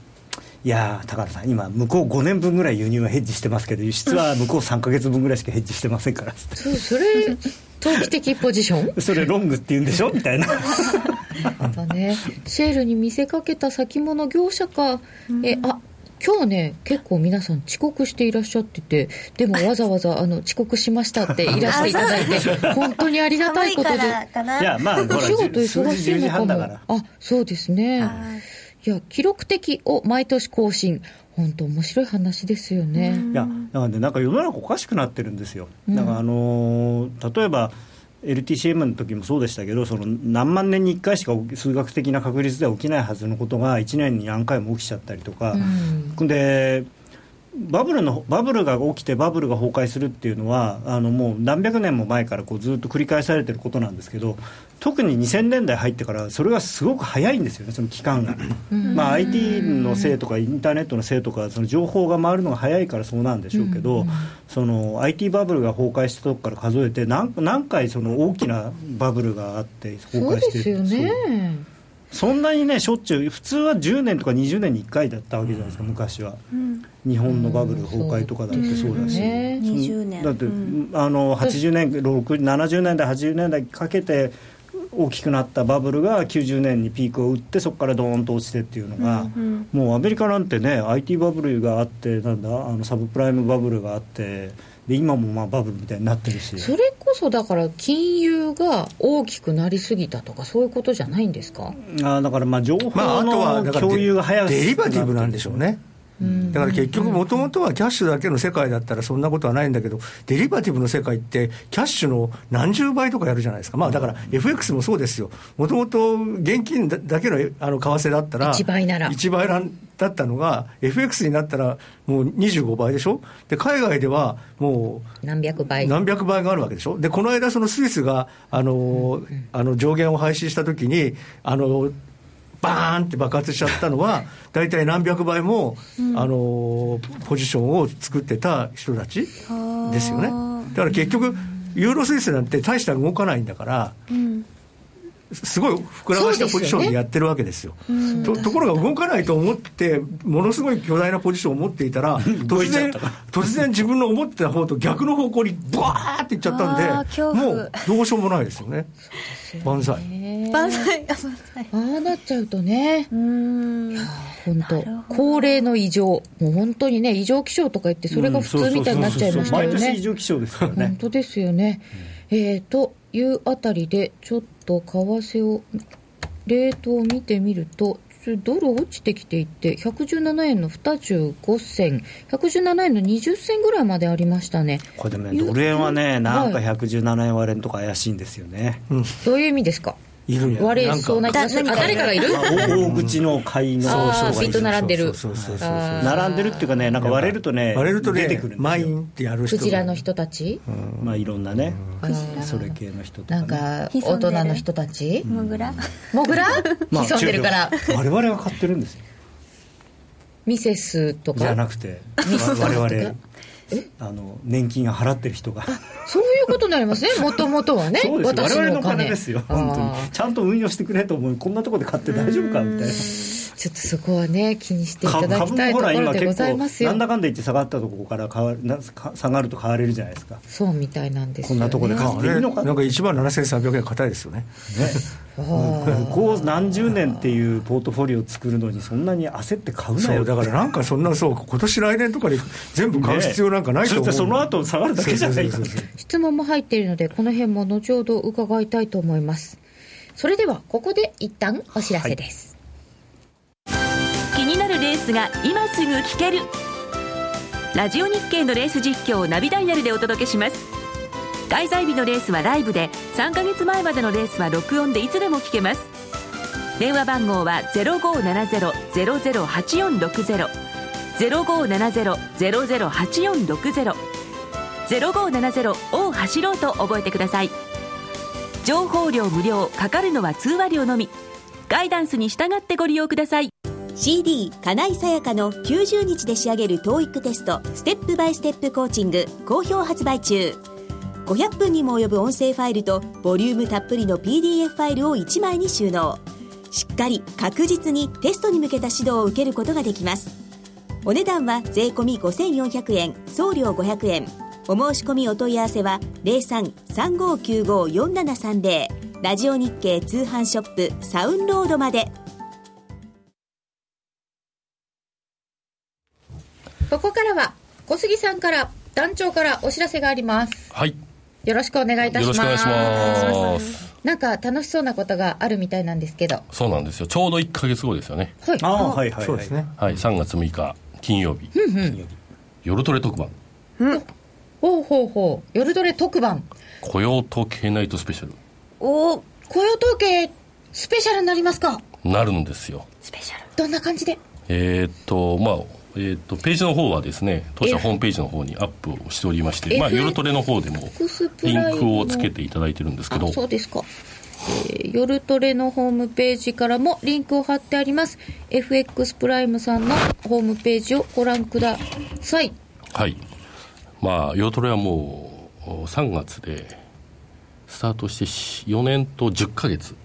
Speaker 2: いやー高野さん今向こう5年分ぐらい輸入はヘッジしてますけど輸出は向こう3か月分ぐらいしかヘッジしてませんからつっ
Speaker 1: そうそれ投機的ポジシ ョン
Speaker 2: てそれロングって言うんでしょみたいな
Speaker 1: またねシェールに見せかけた先物業者か、えあ今日ね結構皆さん遅刻していらっしゃっててで もわざわざあの遅刻しました っていらしていただい て本当にありがた
Speaker 3: 寒
Speaker 1: い
Speaker 3: い
Speaker 1: こと
Speaker 3: か
Speaker 1: で
Speaker 3: らかない
Speaker 2: やまあ ほら
Speaker 1: お仕事
Speaker 2: 数
Speaker 1: 忙し
Speaker 2: 字
Speaker 1: い
Speaker 2: 10時
Speaker 1: のか
Speaker 2: 半
Speaker 1: も
Speaker 2: だから
Speaker 1: あそうですねいや記録的を毎年更新本当面白い話ですよね
Speaker 2: いやだからねなんか世の中おかしくなってるんですよ。だからあのー例えば LTCM の時もそうでしたけどその何万年に1回しか起き数学的な確率では起きないはずのことが1年に何回も起きちゃったりとか、でバブルのバブルが起きてバブルが崩壊するっていうのはあのもう何百年も前からこうずっと繰り返されてることなんですけど特に2000年代入ってからそれがすごく早いんですよねその期間が、まあ、IT のせいとかインターネットのせいとかその情報が回るのが早いからそうなんでしょうけど、その IT バブルが崩壊したとこから数えて何何回その大きなバブルがあって崩
Speaker 1: そう
Speaker 2: 壊
Speaker 1: で
Speaker 2: して
Speaker 1: すよ
Speaker 2: そう
Speaker 1: ね
Speaker 2: そんなにねしょっちゅう普通は10年とか20年に1回だったわけじゃないですか昔は、日本のバブル崩壊とかだってそうだし、
Speaker 1: ね
Speaker 2: うん
Speaker 3: 20年
Speaker 2: だって、あの80年60 70年代80年代かけて大きくなったバブルが90年にピークを打ってそこからドーンと落ちてっていうのが、もうアメリカなんてね IT バブルがあってなんだあのサブプライムバブルがあってで今もまあバブルみたいになってるし
Speaker 1: それこそだから金融が大きくなりすぎたとかそういうことじゃないんですか
Speaker 2: あーだからまあ情報
Speaker 4: まあ、あとは
Speaker 2: の
Speaker 4: だから
Speaker 2: 共有が早く
Speaker 4: デリバティブなん
Speaker 2: し
Speaker 4: でしょうね。だから結局、もともとはキャッシュだけの世界だったらそんなことはないんだけど、デリバティブの世界って、キャッシュの何十倍とかやるじゃないですか、まあ、だから FX もそうですよ、もともと現金だだけのあの為替だったら、
Speaker 1: 一倍なら
Speaker 4: 一倍なんだったのが、FX になったらもう25倍でしょ、で海外ではもう
Speaker 1: 何百倍
Speaker 4: 何百倍があるわけでしょ、でこの間、そのスイスがあの、あの上限を廃止したときに、あのバーンって爆発しちゃったのは、大体何百倍も、あのポジションを作ってた人たちですよね。だから結局ユーロスイスなんて大した動かないんだから、
Speaker 3: うん
Speaker 4: すごい膨らましたポジションでやってるわけですよ。とところが動かないと思って、ものすごい巨大なポジションを持っていたら、突然、突然自分の思ってた方と逆の方向に、ブワーっていっちゃった
Speaker 3: あー恐
Speaker 4: んで、
Speaker 3: 怖
Speaker 4: もうどうしようもないですよね、万歳。
Speaker 3: 万歳あ万歳
Speaker 1: ああなっちゃうとね
Speaker 3: うーん
Speaker 1: 本当高齢の異常もう本当にね異常気象とか言ってそれが普通みたいになっちゃいましたよ
Speaker 2: 毎年異
Speaker 1: ね
Speaker 2: 常気象ですから
Speaker 1: 本
Speaker 2: ね
Speaker 1: 当ですよね、えー、というあたりでちょっと為替をレートを見てみるとドル落ちてきていて117円の25銭117円の20銭ぐらいまでありましたね
Speaker 2: これでもねドル円はねなんか
Speaker 1: はい
Speaker 2: 117円割れんとか怪しいんですよね
Speaker 1: どういう意味ですか
Speaker 4: いるんや
Speaker 1: 割れそうな気がする
Speaker 3: な
Speaker 1: あ
Speaker 3: んか
Speaker 1: 誰かがいる
Speaker 2: まあ大大口の買いの
Speaker 1: あー
Speaker 2: 商売
Speaker 1: ピンと並んでる
Speaker 4: そうそうそうそう
Speaker 1: あー
Speaker 2: 並んでるっていうかねなんか割れるとね
Speaker 4: 割れるとね
Speaker 2: 出てくるん
Speaker 4: マ
Speaker 2: です
Speaker 4: イン
Speaker 2: よ
Speaker 4: ってやる人
Speaker 1: ク
Speaker 4: も
Speaker 1: ジラの人たち
Speaker 2: まあいろんなね
Speaker 1: クジラ
Speaker 2: それ系の人と
Speaker 1: なん
Speaker 2: ね
Speaker 1: か大人の人たち
Speaker 3: モグラ
Speaker 1: モグラ
Speaker 2: まあ
Speaker 1: 潜んでるから
Speaker 2: 違う我々が買ってるんですよ
Speaker 1: ミセスと
Speaker 2: じゃな
Speaker 1: か
Speaker 2: くて
Speaker 1: ミス
Speaker 2: 我々あの年金を払ってる人 が
Speaker 1: そういうことになりますねもともとはね
Speaker 2: そうですよ我
Speaker 1: 私
Speaker 2: 々
Speaker 1: の
Speaker 2: の
Speaker 1: お
Speaker 2: お
Speaker 1: 金
Speaker 2: 金ですよ
Speaker 1: あー
Speaker 2: 本当にちゃんと運用してくれと思うこんなところで買って大丈夫かみたいな
Speaker 1: ちょっとそこはね気にしていた
Speaker 2: 株
Speaker 1: だきたいとこ
Speaker 2: もほら
Speaker 1: ろ
Speaker 2: 今
Speaker 1: でご
Speaker 2: 結
Speaker 1: ざいます
Speaker 2: 構な
Speaker 1: よ
Speaker 2: んだかんだ言って下がったところから買わなか下がると買われるじゃないですか
Speaker 1: そうみたいなんですよ、ね、
Speaker 2: こんなところで買
Speaker 4: あ
Speaker 2: ってい
Speaker 4: れ
Speaker 2: い
Speaker 4: な
Speaker 2: の
Speaker 4: ん
Speaker 2: か
Speaker 4: か1万7300円硬いですよね
Speaker 1: あー
Speaker 2: 向こう何十年っていうポートフォリオを作るのにそんなに焦って買うな
Speaker 4: そ
Speaker 2: よ
Speaker 4: うだからなんかそんなそう今年来年とかに全部買う必要なんかないと思う、
Speaker 2: ねそしてその後下がるだけじゃない
Speaker 4: そうそうそうそう
Speaker 1: 質問も入っているのでこの辺も後ほど伺いたいと思いますそれではここで一旦お知らせです、
Speaker 6: 気になるレースが今すぐ聞けるラジオ日経のレース実況をナビダイヤルでお届けします開催日のレースはライブで3ヶ月前までのレースは録音でいつでも聞けます電話番号は0570-008460 0570-008460 0570を走ろうと覚えてください情報量無料かかるのは通話料のみガイダンスに従ってご利用ください
Speaker 7: CD 金井さやかの90日で仕上げる TOEIC テストステップバイステップコーチング好評発売中500分にも及ぶ音声ファイルとボリュームたっぷりの PDF ファイルを1枚に収納しっかり確実にテストに向けた指導を受けることができますお値段は税込5400円送料500円お申し込みお問い合わせは0335954730ラジオ日経通販ショップサウンロードまで
Speaker 1: ここからは小杉さんから団長からお知らせがあります
Speaker 8: はい。
Speaker 1: よろしくお願いいたします
Speaker 8: よろしくお願いします。
Speaker 1: なんか楽しそうなことがあるみたいなんですけど
Speaker 8: そうなんですよ。ちょうど1ヶ月後ですよね。
Speaker 1: はい
Speaker 2: ああはいはい、はい、
Speaker 4: そうですね
Speaker 8: はい、3月6日金曜日。夜トレ特番。
Speaker 1: ほうほうほう夜トレ特番
Speaker 8: 雇用統計ナイトスペシャル。
Speaker 1: お雇用統計スペシャルになりますか
Speaker 8: なるんですよ。
Speaker 1: どんな感じで
Speaker 8: えーっと、まあ、えーっと、ページの方はですね、当社ホームページの方にアップをしておりまして
Speaker 1: F-
Speaker 8: まあ、夜トレの方でも
Speaker 1: X プ
Speaker 8: リ
Speaker 1: ライム
Speaker 8: ンクをつけていただいてるんですけど
Speaker 1: あ、そうですか、えー夜トレのホームページからもリンクを貼ってあります FX プライムさんのホームページをご覧ください
Speaker 8: はい。まあ、夜トレはもうお3月で、スタートして4年と10ヶ月。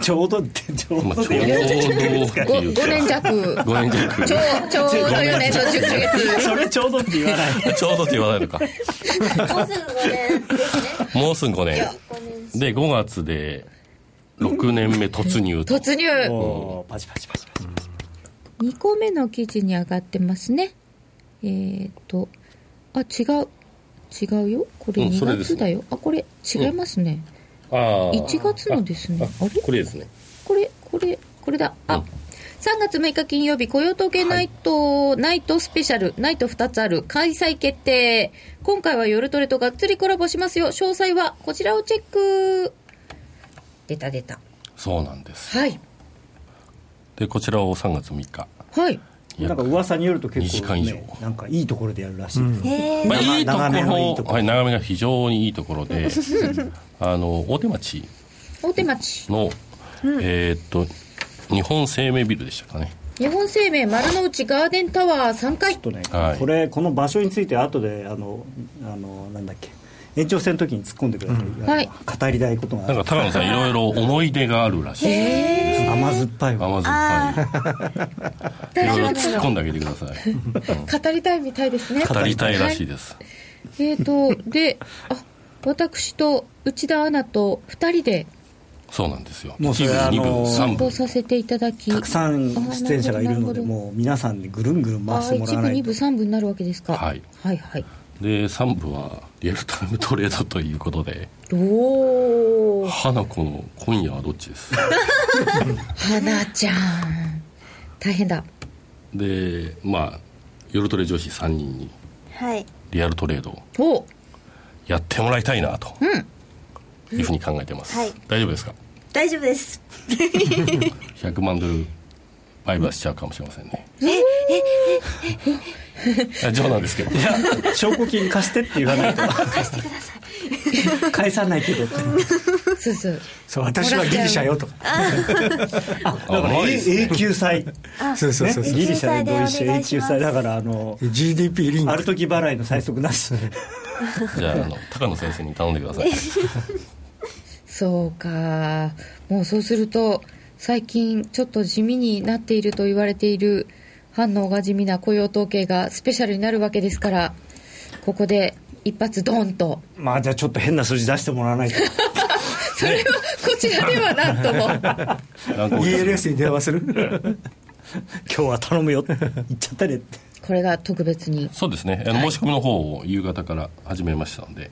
Speaker 2: ちょうどってちょう
Speaker 8: まあ、
Speaker 2: ど
Speaker 8: ちょうどって
Speaker 1: ご
Speaker 8: いう
Speaker 1: 5
Speaker 8: か
Speaker 1: 年弱
Speaker 8: 5年弱
Speaker 1: ちょうちょうど4年と10ヶ月
Speaker 2: それちょうどって言わない
Speaker 8: ちょうどって言わないのか。もうすぐ5年ですね。もうすぐ5年。で、5月で6年目突入と。
Speaker 1: 突入
Speaker 2: おーパチパチパチパチパチ
Speaker 1: 2個目の記事に上がってますねえー、とあ違う違うよこれ
Speaker 8: うんそれ
Speaker 1: 2
Speaker 8: です
Speaker 1: 月
Speaker 8: ね
Speaker 1: だよ、あこれ違いますね、
Speaker 8: ああ
Speaker 1: 1月のですねあ
Speaker 8: あ
Speaker 1: れ
Speaker 8: これですね。
Speaker 1: これこれこれだあ、
Speaker 8: うん
Speaker 1: 3月6日金曜日雇用統計ナイト、ナイトスペシャルナイト2つある開催決定今回は夜トレとがっつりコラボしますよ詳細はこちらをチェック出た出た
Speaker 8: そうなんです。
Speaker 1: はい
Speaker 8: で、こちらを3月3日。
Speaker 1: はい
Speaker 2: なんか噂によると
Speaker 8: 二
Speaker 2: 結
Speaker 8: 時
Speaker 2: 構、
Speaker 8: 間以上
Speaker 2: ね、なんかいいところでやるらしいです、
Speaker 8: まあ、いいとこ
Speaker 2: 長めのいいとこ
Speaker 8: ろ、はい、眺めが非常にいいとこ ろで、あの、大手町
Speaker 1: 大手町
Speaker 8: の、えーっと、日本生命ビルでしたかね。
Speaker 1: 日本生命丸の内ガーデンタワー3階
Speaker 2: ちょっとね、
Speaker 8: はい
Speaker 2: これこの場所について後であのあのなんだっけ延長戦の時に突っ込んでください、あの
Speaker 1: はい
Speaker 2: 語りたいことが
Speaker 8: なんか高野さんいろいろ思い出があるらしい
Speaker 2: 甘酸っぱいわ
Speaker 8: 甘酸っぱいいろいろ突っ込んであげてください
Speaker 9: 語りたいみたいですね
Speaker 8: 語りたいらしいです
Speaker 1: えーと、で、あ私と内田アナと2人で
Speaker 8: そうなんですよ
Speaker 2: もうそれは
Speaker 8: 1部
Speaker 2: あのー
Speaker 8: 2部
Speaker 1: 報
Speaker 8: 3
Speaker 1: させていただき、
Speaker 2: たくさん出演者がいる
Speaker 1: あーなるほど
Speaker 2: ので
Speaker 1: なるほど
Speaker 2: もう皆さんでぐるんぐるん
Speaker 1: あ
Speaker 2: 回してもら
Speaker 1: 1
Speaker 2: わ
Speaker 1: 部、
Speaker 2: な
Speaker 1: 2
Speaker 2: い
Speaker 1: 部、
Speaker 2: と
Speaker 1: 3部になるわけですか。
Speaker 8: はい
Speaker 1: はいはい
Speaker 8: 部で3部はリアルタイムトレードということで
Speaker 1: おー、
Speaker 8: 花子の今夜はどっち です
Speaker 1: 花ちゃん、大変だ。
Speaker 8: でまあ夜トレ女子3人に
Speaker 3: はい
Speaker 8: リアルトレードを
Speaker 1: おー
Speaker 8: やってもらいたいなと、いうふうに考えてます、
Speaker 3: はい
Speaker 8: 大丈夫ですか
Speaker 3: 大丈夫です
Speaker 8: 100万ドル売買しちゃうかもしれませんねえ冗談ですけど
Speaker 2: いや証拠金貸してって言わないと貸してください返さないけどって
Speaker 1: そうそう
Speaker 4: そう私はギリシャよとか
Speaker 2: だから
Speaker 8: 甘いですね
Speaker 2: 永久債
Speaker 4: そうそうそうそう
Speaker 2: ね、ギリシャで同意して
Speaker 3: お願
Speaker 2: 永
Speaker 3: いし
Speaker 2: 久
Speaker 3: ます
Speaker 2: 債だからあの
Speaker 4: GDP リン
Speaker 2: あ
Speaker 4: ク
Speaker 2: る時払いの最速なし
Speaker 8: じゃああの高野先生に頼んでく ださい
Speaker 1: そうかもうそうすると最近ちょっと地味になっていると言われている反応が地味な雇用統計がスペシャルになるわけですからここで一発ドンと
Speaker 2: まあじゃあちょっと変な数字出してもらわないと
Speaker 1: それはこちらではなんとも
Speaker 8: 乱高下
Speaker 4: ELS に電話する
Speaker 2: 今日は頼むよって言っちゃったねって
Speaker 1: これが特別に
Speaker 8: そうですねあの申し込みの方を夕方から始めましたので、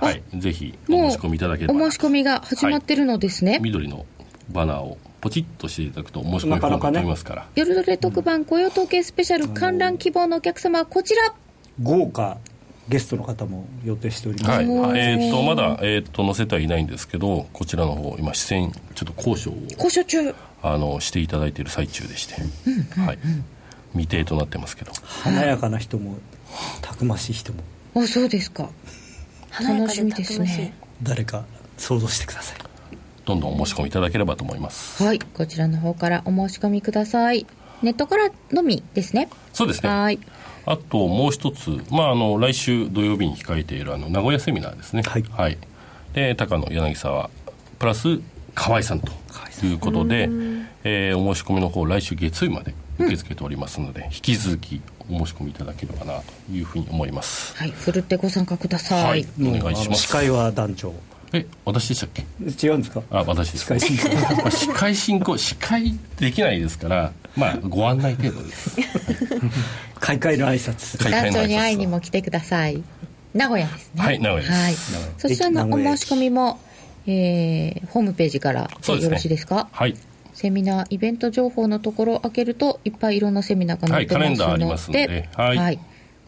Speaker 8: はいぜひ
Speaker 1: もう
Speaker 8: お申し込みいただければ
Speaker 1: お申し込みが始まってるのですね、
Speaker 8: 緑のバナーをポチッとしていただくと申し込みフォームが飛びますから
Speaker 1: 夜トレ特番雇用統計スペシャル観覧希望のお客様はこちら
Speaker 2: 豪華ゲストの方も予定しております、
Speaker 8: はい、
Speaker 1: おー
Speaker 8: えーっとまだ、えーっと載せてはいないんですけどこちらの方今出演ちょっと交渉を
Speaker 1: 交渉中
Speaker 8: あのしていただいている最中でして、はい、未定となってますけど
Speaker 2: 華やかな人もたくましい人も
Speaker 1: あそうですか
Speaker 3: 華や
Speaker 1: 楽
Speaker 3: か
Speaker 1: し
Speaker 3: で
Speaker 1: み
Speaker 3: たく
Speaker 1: で
Speaker 3: ますしい
Speaker 1: ね
Speaker 2: 誰か想像してください
Speaker 8: どんどんお申し込みいただければと思います
Speaker 1: はい、こちらの方からお申し込みください。ネットからのみですね。
Speaker 8: そうですね
Speaker 1: はい。
Speaker 8: あともう一つ、まあ、あの来週土曜日に控えているあの名古屋セミナーですね、
Speaker 2: はい
Speaker 8: で高野柳沢プラス河合さんということで、えーお申し込みの方来週月曜日まで受け付けておりますので、引き続きお申し込みいただければなというふうに思います
Speaker 1: はい、ふるってご参加ください。
Speaker 8: はい、お願い
Speaker 2: あ
Speaker 8: しま
Speaker 2: の
Speaker 8: す
Speaker 2: 司会は団長
Speaker 8: え私でしたっけ
Speaker 2: 違うんですか
Speaker 8: あ私です
Speaker 2: 司会進行
Speaker 8: 司会進行司会できないですからまあご案内程度です
Speaker 2: 開会の挨拶
Speaker 8: 開
Speaker 1: 団
Speaker 8: 会の挨拶
Speaker 1: 長に会いにも来てください。名古屋ですね。
Speaker 8: はい名古屋です
Speaker 1: はい。そちらのお申し込みも、えー、ホームページから
Speaker 8: そうですね
Speaker 1: よろしいですか
Speaker 8: はい
Speaker 1: セミナーイベント情報のところを開けるといっぱいいろんなセミナーが載ってますので、
Speaker 8: はいカレンダーありますのではい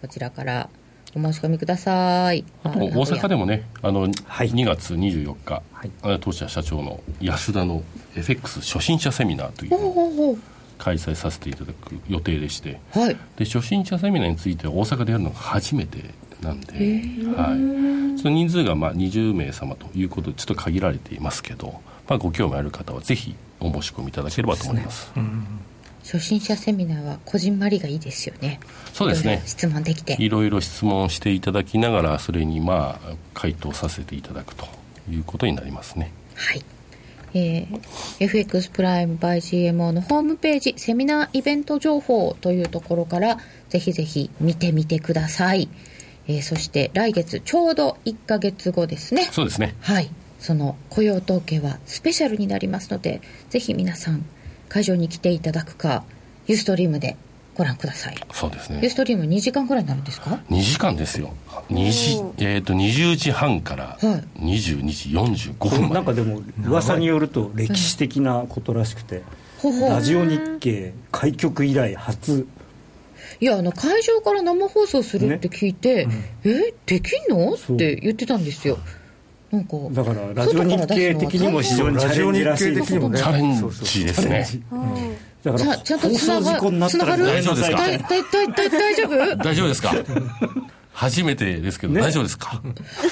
Speaker 1: こちらからお申し込みください
Speaker 8: あと大阪で
Speaker 1: も
Speaker 8: もねあの、
Speaker 2: はい
Speaker 8: 2月24日、
Speaker 2: はい
Speaker 8: あ当社社長の安田の FX 初心者セミナーというのを
Speaker 1: ほうほう
Speaker 8: 開催させていただく予定でして
Speaker 1: はい
Speaker 8: で初心者セミナーについては大阪でやるのが初めてなんで、はい、その人数がまあ20名様ということでちょっと限られていますけど、まあ、ご興味ある方はぜひお申し込みいただければと思います
Speaker 1: 初心者セミナーはこじんまりがいいですよね
Speaker 8: そうです
Speaker 1: いろい
Speaker 8: ね
Speaker 1: ろ質問できて
Speaker 8: いろいろ質問していただきながらそれにまあ回答させていただくということになりますね
Speaker 1: はい、えー FX プライム by GMO のホームページセミナーイベント情報というところからぜひぜひ見てみてください、えーそして来月ちょうど1ヶ月後ですね
Speaker 8: そうですね
Speaker 1: はいその雇用統計はスペシャルになりますのでぜひ皆さん会場に来ていただくかユーストリームでご覧ください
Speaker 8: そうですね
Speaker 1: ユーストリーム2時間ぐらいになるんですか
Speaker 8: 2時間ですよ2時、えー、と20時半から
Speaker 1: は
Speaker 8: 22時45分ま
Speaker 2: なんか
Speaker 8: で
Speaker 2: でも噂によると歴史的なことらしくて、
Speaker 1: ほうほう
Speaker 2: ラジオ日経開局以来初
Speaker 1: いやあの会場から生放送するって聞いて、えできんの
Speaker 2: そう
Speaker 1: って言ってたんですよなんか
Speaker 2: だからラジオ日経的にも非常にチャレンジらしいです
Speaker 4: もね
Speaker 8: チャレンジですね
Speaker 2: だから
Speaker 1: ちゃちゃんと
Speaker 2: 放
Speaker 1: つな
Speaker 2: 送事故に
Speaker 1: が
Speaker 2: なった
Speaker 1: つなが
Speaker 2: ら
Speaker 1: る
Speaker 8: 大丈夫です か
Speaker 1: だいだいだいだい大丈夫
Speaker 8: 大丈夫ですか初めてですけど、
Speaker 2: ね
Speaker 8: 大丈夫ですか、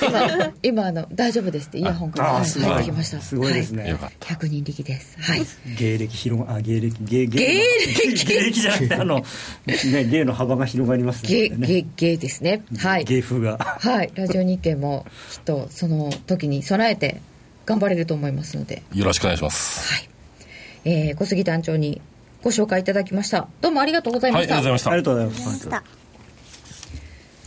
Speaker 1: 今、今あの、大丈夫ですって、イヤホンから、
Speaker 2: あ
Speaker 1: はい
Speaker 2: あすごい
Speaker 1: 入ってきました。
Speaker 2: すごいですね
Speaker 1: は
Speaker 8: よかった
Speaker 1: 100人力です。はい。
Speaker 2: 芸歴広があ芸歴芸芸
Speaker 1: 芸歴
Speaker 2: 芸歴じゃなくてあのね芸の幅が広がります
Speaker 1: ゲ、
Speaker 2: ね。
Speaker 1: ゲ、ゲですね。はい。
Speaker 2: 芸風が。
Speaker 1: はい。ラジオ日経も、きっと、その時に備えて、頑張れると思いますので、
Speaker 8: よろしくお願いします。
Speaker 1: はい。えー小杉団長にご紹介いただきました。どうもありがとうござ
Speaker 8: はいい、あ
Speaker 1: ま
Speaker 8: り
Speaker 1: し
Speaker 8: が
Speaker 1: た。
Speaker 8: とうございまし
Speaker 2: ありが。とうご
Speaker 8: た
Speaker 2: ざいます。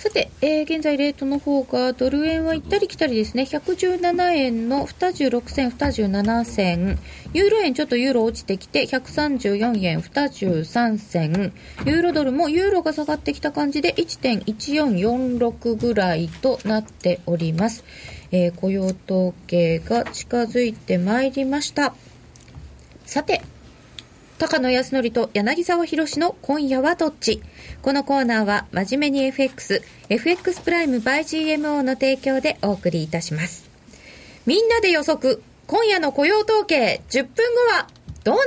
Speaker 1: さて、えー現在レートの方がドル円は行ったり来たりですね117円の26銭27銭ユーロ円ちょっとユーロ落ちてきて134円23銭ユーロドルもユーロが下がってきた感じで1.1446ぐらいとなっております、えー雇用統計が近づいてまいりましたさて高野康則と柳沢博の今夜はどっちこのコーナーは真面目に FX、FX プライム by GMO の提供でお送りいたします。みんなで予測、今夜の雇用統計10分後はどうな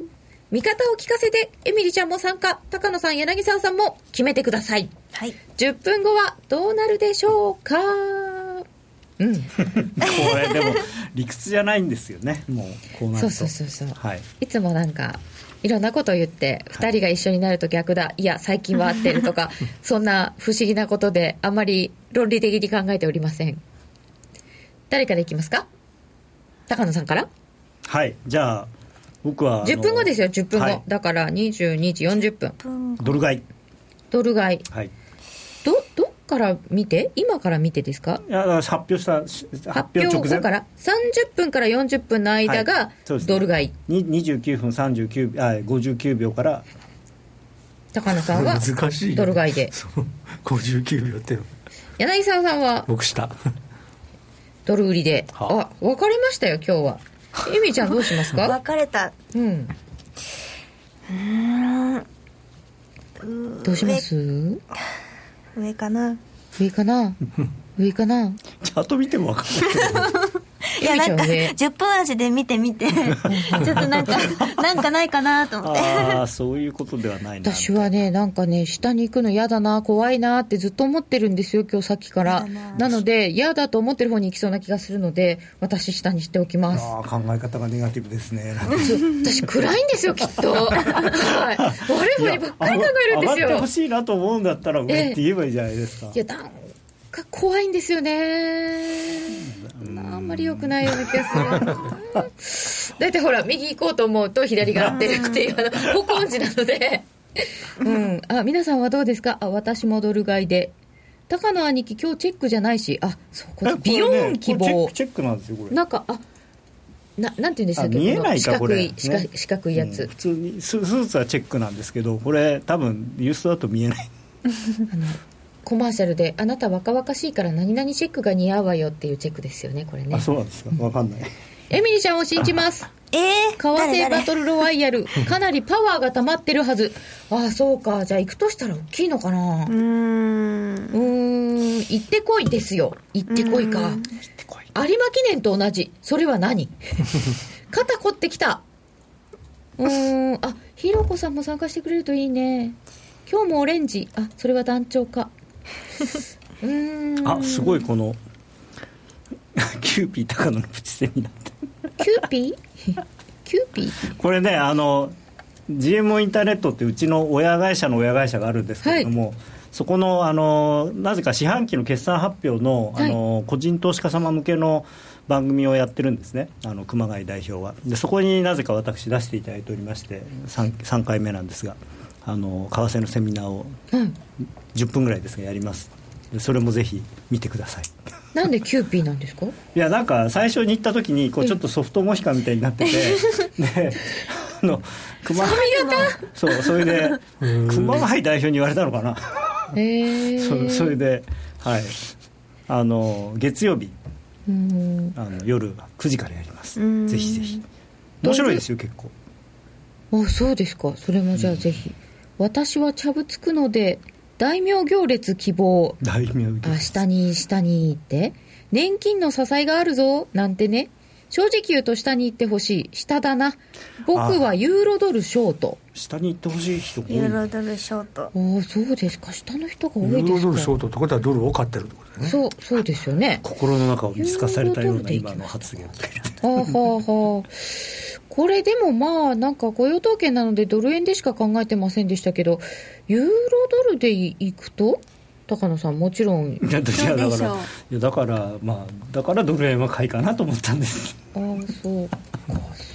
Speaker 1: る見方を聞かせて、エミリちゃんも参加、高野さん、柳沢さんも決めてください。
Speaker 7: はい
Speaker 1: 10分後はどうなるでしょうかうん、
Speaker 2: これでも理屈じゃないんですよね。もうこうなる
Speaker 1: そ
Speaker 2: と。
Speaker 1: うそうそうそう。
Speaker 2: はい。
Speaker 1: いつもなんかいろんなことを言って2人が一緒になると逆だいや最近は合ってると かそんな不思議なことであまり論理的に考えておりません誰からいきますか高野さんから
Speaker 2: はい。じゃあ僕はあの
Speaker 1: 10分後ですよ10分後、
Speaker 2: はい
Speaker 1: だから22時40分
Speaker 2: ドル買い。
Speaker 1: ドル買い
Speaker 2: はい。
Speaker 1: どどっから見て今から見てですか
Speaker 2: いやだから発表したし
Speaker 1: 発
Speaker 2: 発
Speaker 1: 表
Speaker 2: 表直前
Speaker 1: 後から30分から40分の間
Speaker 2: は
Speaker 1: が
Speaker 2: いそうですね
Speaker 1: ドル買い、
Speaker 2: に29分39あ59秒から
Speaker 1: 高野さ んは
Speaker 4: 難しいよ
Speaker 1: ドル買いで
Speaker 4: その59秒って
Speaker 1: 柳沢さんは
Speaker 4: 僕した
Speaker 1: ドル売りで、
Speaker 4: は
Speaker 1: あ分かれましたよ今日はエミちゃんどうします
Speaker 7: 分
Speaker 1: か
Speaker 7: かれた
Speaker 1: うんどうします
Speaker 7: 上かな
Speaker 1: 上かな上かな
Speaker 2: チャート見ても分かんないけど
Speaker 7: いやなんか
Speaker 1: ゆみちゃん上
Speaker 7: 10分足で見て見てちょっとなんかなんかないかなと思っ て
Speaker 2: ああそういうことではないな
Speaker 1: 私はねなんかね下に行くの嫌だな怖いなってずっと思ってるんですよ今日さっきからなので嫌だと思ってる方に行きそうな気がするので私下にしておきます
Speaker 2: ああ考え方がネガティブですね
Speaker 1: 私暗いんですよきっとはい悪い方にばっかり考えるんです
Speaker 2: 上がってほ
Speaker 1: よ
Speaker 2: しいなと思うんだったら上って言えばいいじゃないですか、
Speaker 1: いやなんか怖いんですよねあんまり良くないような気がするだいたいほら右行こうと思うと左が合ってるっていうあの方向音痴なのでうんあ皆さんはどうですかあ私もドル買いで高野兄貴今日チェックじゃないしあそうこ
Speaker 2: え
Speaker 1: れ
Speaker 2: これね
Speaker 1: ビヨーン希
Speaker 2: これチェッ
Speaker 1: 望
Speaker 2: クチェックなんですよこれ
Speaker 1: なんかあななんて言うんでしたっけ
Speaker 2: あ見えないか
Speaker 1: こ
Speaker 2: こ
Speaker 1: の
Speaker 2: れ
Speaker 1: 四角い四角い
Speaker 2: ね
Speaker 1: 四角いやつ、
Speaker 2: うん普通にススーツはチェックなんですけどこれ多分ユーストだと見えない
Speaker 1: コマーシャルで「あなた若々しいから何々チェックが似合うわよ」っていうチェックですよねこれね
Speaker 2: あそうなんですか分かんない
Speaker 1: エミリちゃんを信じます
Speaker 7: え
Speaker 1: 為
Speaker 7: ー、
Speaker 1: 替バ
Speaker 7: 誰
Speaker 1: トルロワイヤルかなりパワーが溜まってるはずああそうかじゃあ行くとしたら大きいのかなう
Speaker 7: うーん
Speaker 1: ーん行ってこいですよ行ってこいか有馬記念と同じそれは何肩凝ってきたうーんあひろこさんも参加してくれるといいね今日もオレンジあそれは団長かうーん
Speaker 2: あすごいこのキューピー高野のプチセミナーって
Speaker 1: キューピーキューピー
Speaker 2: これねあの GMO インターネットってうちの親会社の親会社があるんですけれども、そこのあのなぜか四半期の決算発表の,、
Speaker 1: はい
Speaker 2: あの個人投資家様向けの番組をやってるんですねあの熊谷代表はでそこになぜか私出していただいておりまして 3, 3回目なんですがあの為替のセミナーを
Speaker 1: うん
Speaker 2: 10分ぐらいですがやりますでそれもぜひ見てください
Speaker 1: なんでキューピーなんですか
Speaker 2: いやなんか最初に行った時にこうちょっとソフトモヒカンみたいになってて、であの熊谷そうそれで熊谷代表に言われたのかな、
Speaker 1: へえ
Speaker 2: そそれではいあの月曜日
Speaker 1: うん
Speaker 2: あの夜9時からやります
Speaker 7: うん
Speaker 2: ぜひぜひ面白いですよ結構
Speaker 1: あそうですかそれもじゃあぜひ、私は茶ぶつくので大名行列希望
Speaker 2: 大名行
Speaker 1: あ
Speaker 2: 列
Speaker 1: 下に下に行って年金の支えがあるぞなんてね正直言うと下に行ってほしい。下だな。僕はユーロドルショート。
Speaker 2: 下に行ってほしい人が多い
Speaker 3: ユーロドルショート
Speaker 1: おお、そうですか。下の人が多
Speaker 4: ユ
Speaker 1: い
Speaker 4: ー
Speaker 1: で
Speaker 4: ロドル
Speaker 1: す
Speaker 4: ショ
Speaker 1: か。
Speaker 4: ートってことはドルを買ってるってことだよね
Speaker 1: そう、そうですよね。
Speaker 2: 心の中を見透かされたような
Speaker 1: ユーロドルで行きま
Speaker 2: 今の発言
Speaker 1: はあはあはあ。これでもまあ、なんか雇用統計なのでドル円でしか考えてませんでしたけど、ユーロドルでいくと、高野さん、もちろん、
Speaker 2: いやだから
Speaker 9: そう
Speaker 2: だ
Speaker 9: で
Speaker 2: か
Speaker 9: し
Speaker 2: ら
Speaker 9: ょう
Speaker 2: いやだからまあだからドル円は買いかなと思ったんです
Speaker 1: ああ、そうか、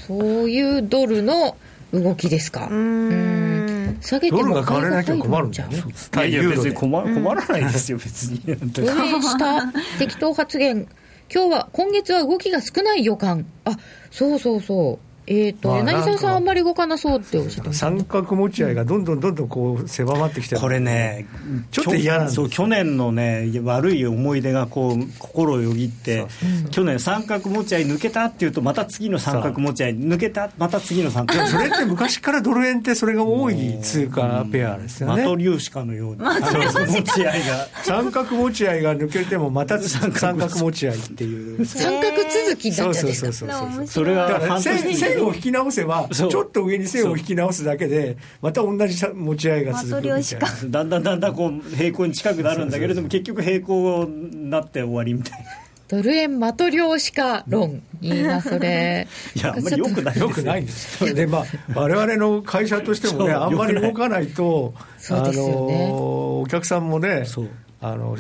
Speaker 1: そういうドルの動きですか。うん下げて
Speaker 4: ドル
Speaker 1: も
Speaker 4: が買われなきゃ困るんだよ
Speaker 1: 買いが入
Speaker 2: いや
Speaker 4: ね対
Speaker 2: いや
Speaker 4: ユーロ
Speaker 2: 別
Speaker 4: で
Speaker 2: に困困らないですよ別に本当に
Speaker 1: んじゃん上下、適当発言、今日は、今月は動きが少ない予感、あそうそうそう、えっ、と、
Speaker 4: まあ
Speaker 1: 柳沢さ
Speaker 4: なん
Speaker 1: ん、
Speaker 4: か
Speaker 1: あんまり動かなそうっておっしゃってました
Speaker 4: 三角持ち合いがどんどんどんどんこう狭まってきてる
Speaker 2: これね
Speaker 4: ちょっと嫌なんですよ
Speaker 2: そう去年のね悪い思い出がこう心をよぎって去年三角持ち合い抜けたっていうとまた次の三角持ち合い抜けたまた次の三角持ち
Speaker 4: そ
Speaker 2: 合い
Speaker 4: れって昔からドル円ってそれが多い通貨ペアですよ
Speaker 2: マト
Speaker 4: ね
Speaker 2: リューシカのように三角持ち合いが
Speaker 4: 三角持ち合いが抜けてもまた三角持ち合いっていう
Speaker 1: 三角続きにな
Speaker 4: そ
Speaker 1: っ
Speaker 4: う
Speaker 1: ちゃうん
Speaker 4: そう
Speaker 1: です
Speaker 4: そ
Speaker 1: か
Speaker 4: うそうそう
Speaker 2: それが
Speaker 4: だか
Speaker 2: 半
Speaker 4: ら
Speaker 2: 年
Speaker 4: 線線を引き直せばち
Speaker 2: そう
Speaker 4: ょっと上に線を引き直すだけでまた同じ持ち合いが続くみたいな
Speaker 2: だんだんだんだんこう平行に近くなるんだけれども結局平行になって終わりみたいな
Speaker 1: ドル円マトリョーシカ論、いいな、それ。
Speaker 2: いやあんまり良くないです
Speaker 4: よくないんですよでまあ我々の会社としてもね
Speaker 2: そう
Speaker 4: あんまり動かないと
Speaker 1: そうですよね
Speaker 4: お客さんもね
Speaker 2: そう
Speaker 4: あの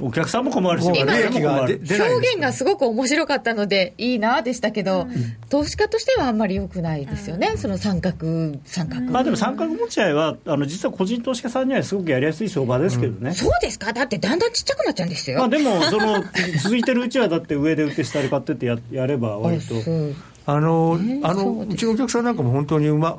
Speaker 2: お客さんも困るし
Speaker 4: もう
Speaker 2: 利
Speaker 1: 今
Speaker 2: 益が
Speaker 4: で
Speaker 2: 出
Speaker 4: 出ない
Speaker 1: 表
Speaker 4: んです
Speaker 1: 現がすごく面白かったのでいいなでしたけど、投資家としてはあんまり良くないですよね、その三角三角、
Speaker 2: まあでも三角持ち合いはあの実は個人投資家さんにはすごくやりやすい相場ですけどね、
Speaker 1: そうですかだってだんだんちっちゃくなっちゃうんですよ、
Speaker 2: まあでもその続いてるうちはだって上で売って下で買ってってややれば割と
Speaker 1: あそう
Speaker 4: あの,、あ
Speaker 1: そう
Speaker 4: の
Speaker 1: です
Speaker 4: うちのお客さんなんかも本当にうまう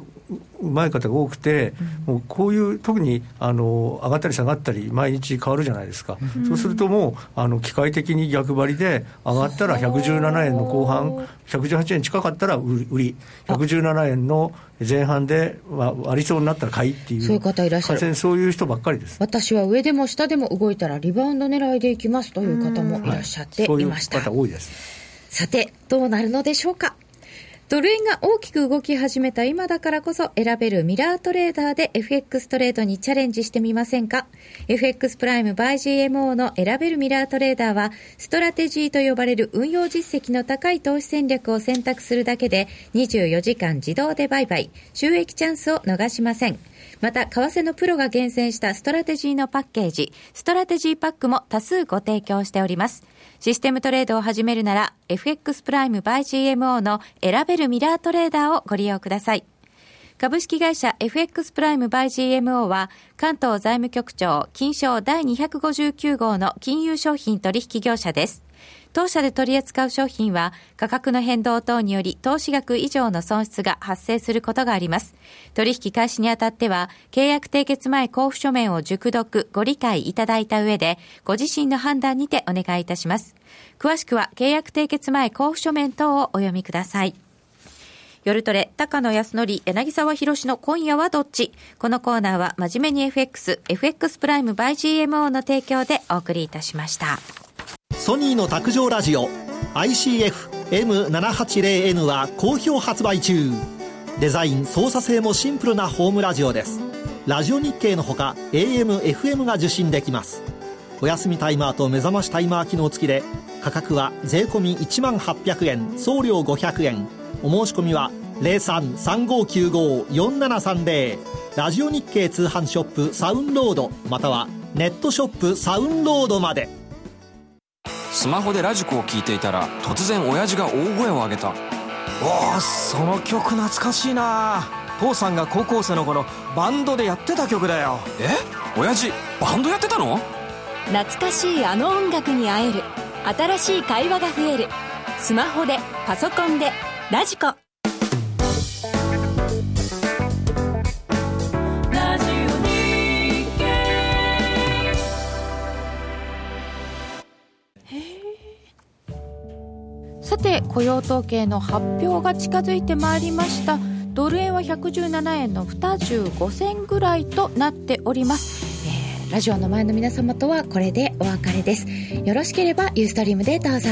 Speaker 4: うまい方が多くて、もうこういう、特にあの上がったり下がったり、毎日変わるじゃないですか、そうするともうあの機械的に逆張りで、上がったら117円の後半、118円近かったら売り売り、117円の前半でわ割りそうになったら買いっていう、
Speaker 1: そういう方いらっしゃる
Speaker 4: 完全にそういう人ばっかりです。
Speaker 1: 私は上でも下でも動いたらリバウンド狙いでいきますという方もいらっしゃって
Speaker 4: そうい
Speaker 1: いうました、
Speaker 4: 方多いです。
Speaker 1: さて、どうなるのでしょうか。ドル円が大きく動き始めた今だからこそ選べるミラートレーダーで FX トレードにチャレンジしてみませんか ?FX プライム by GMO の選べるミラートレーダーは、ストラテジーと呼ばれる運用実績の高い投資戦略を選択するだけで、24時間自動で売買、収益チャンスを逃しません。また、為替のプロが厳選したストラテジーのパッケージ、ストラテジーパックも多数ご提供しております。システムトレードを始めるなら、FX プライム by GMO の選べるミラートレーダーをご利用ください。株式会社 FX プライム by GMO は、関東財務局長、金賞第259号の金融商品取引業者です。当社で取り扱う商品は、価格の変動等により投資額以上の損失が発生することがあります。取引開始にあたっては、契約締結前交付書面を熟読、ご理解いただいた上で、ご自身の判断にてお願いいたします。詳しくは、契約締結前交付書面等をお読みください。夜トレ、高野康則、柳沢博の今夜はどっちこのコーナーは、真面目に FX、FX プライム by GMO の提供でお送りいたしました。
Speaker 10: ソニーの卓上ラジオ ICFM780N は好評発売中デザイン操作性もシンプルなホームラジオですラジオ日経のほか AMFM が受信できますお休みタイマーと目覚ましタイマー機能付きで価格は税込1万800円送料500円お申し込みは0335954730ラジオ日経通販ショップサウンロードまたはネットショップサウンロードまで
Speaker 11: スマホでラジコを聴いていたら突然親父が大声を上げたおおその曲懐かしいな父さんが高校生の頃バンドでやってた曲だよえ親父バンドやってたの
Speaker 7: 懐かしいあの音楽に会える新しい会話が増えるスマホでパソコンでラジコ
Speaker 12: さて雇用統計の発表が近づいてまいりましたドル円は117円の25銭ぐらいとなっております
Speaker 1: ラジオの前の皆様とはこれでお別れです。よろしければユーストリームでどうぞ。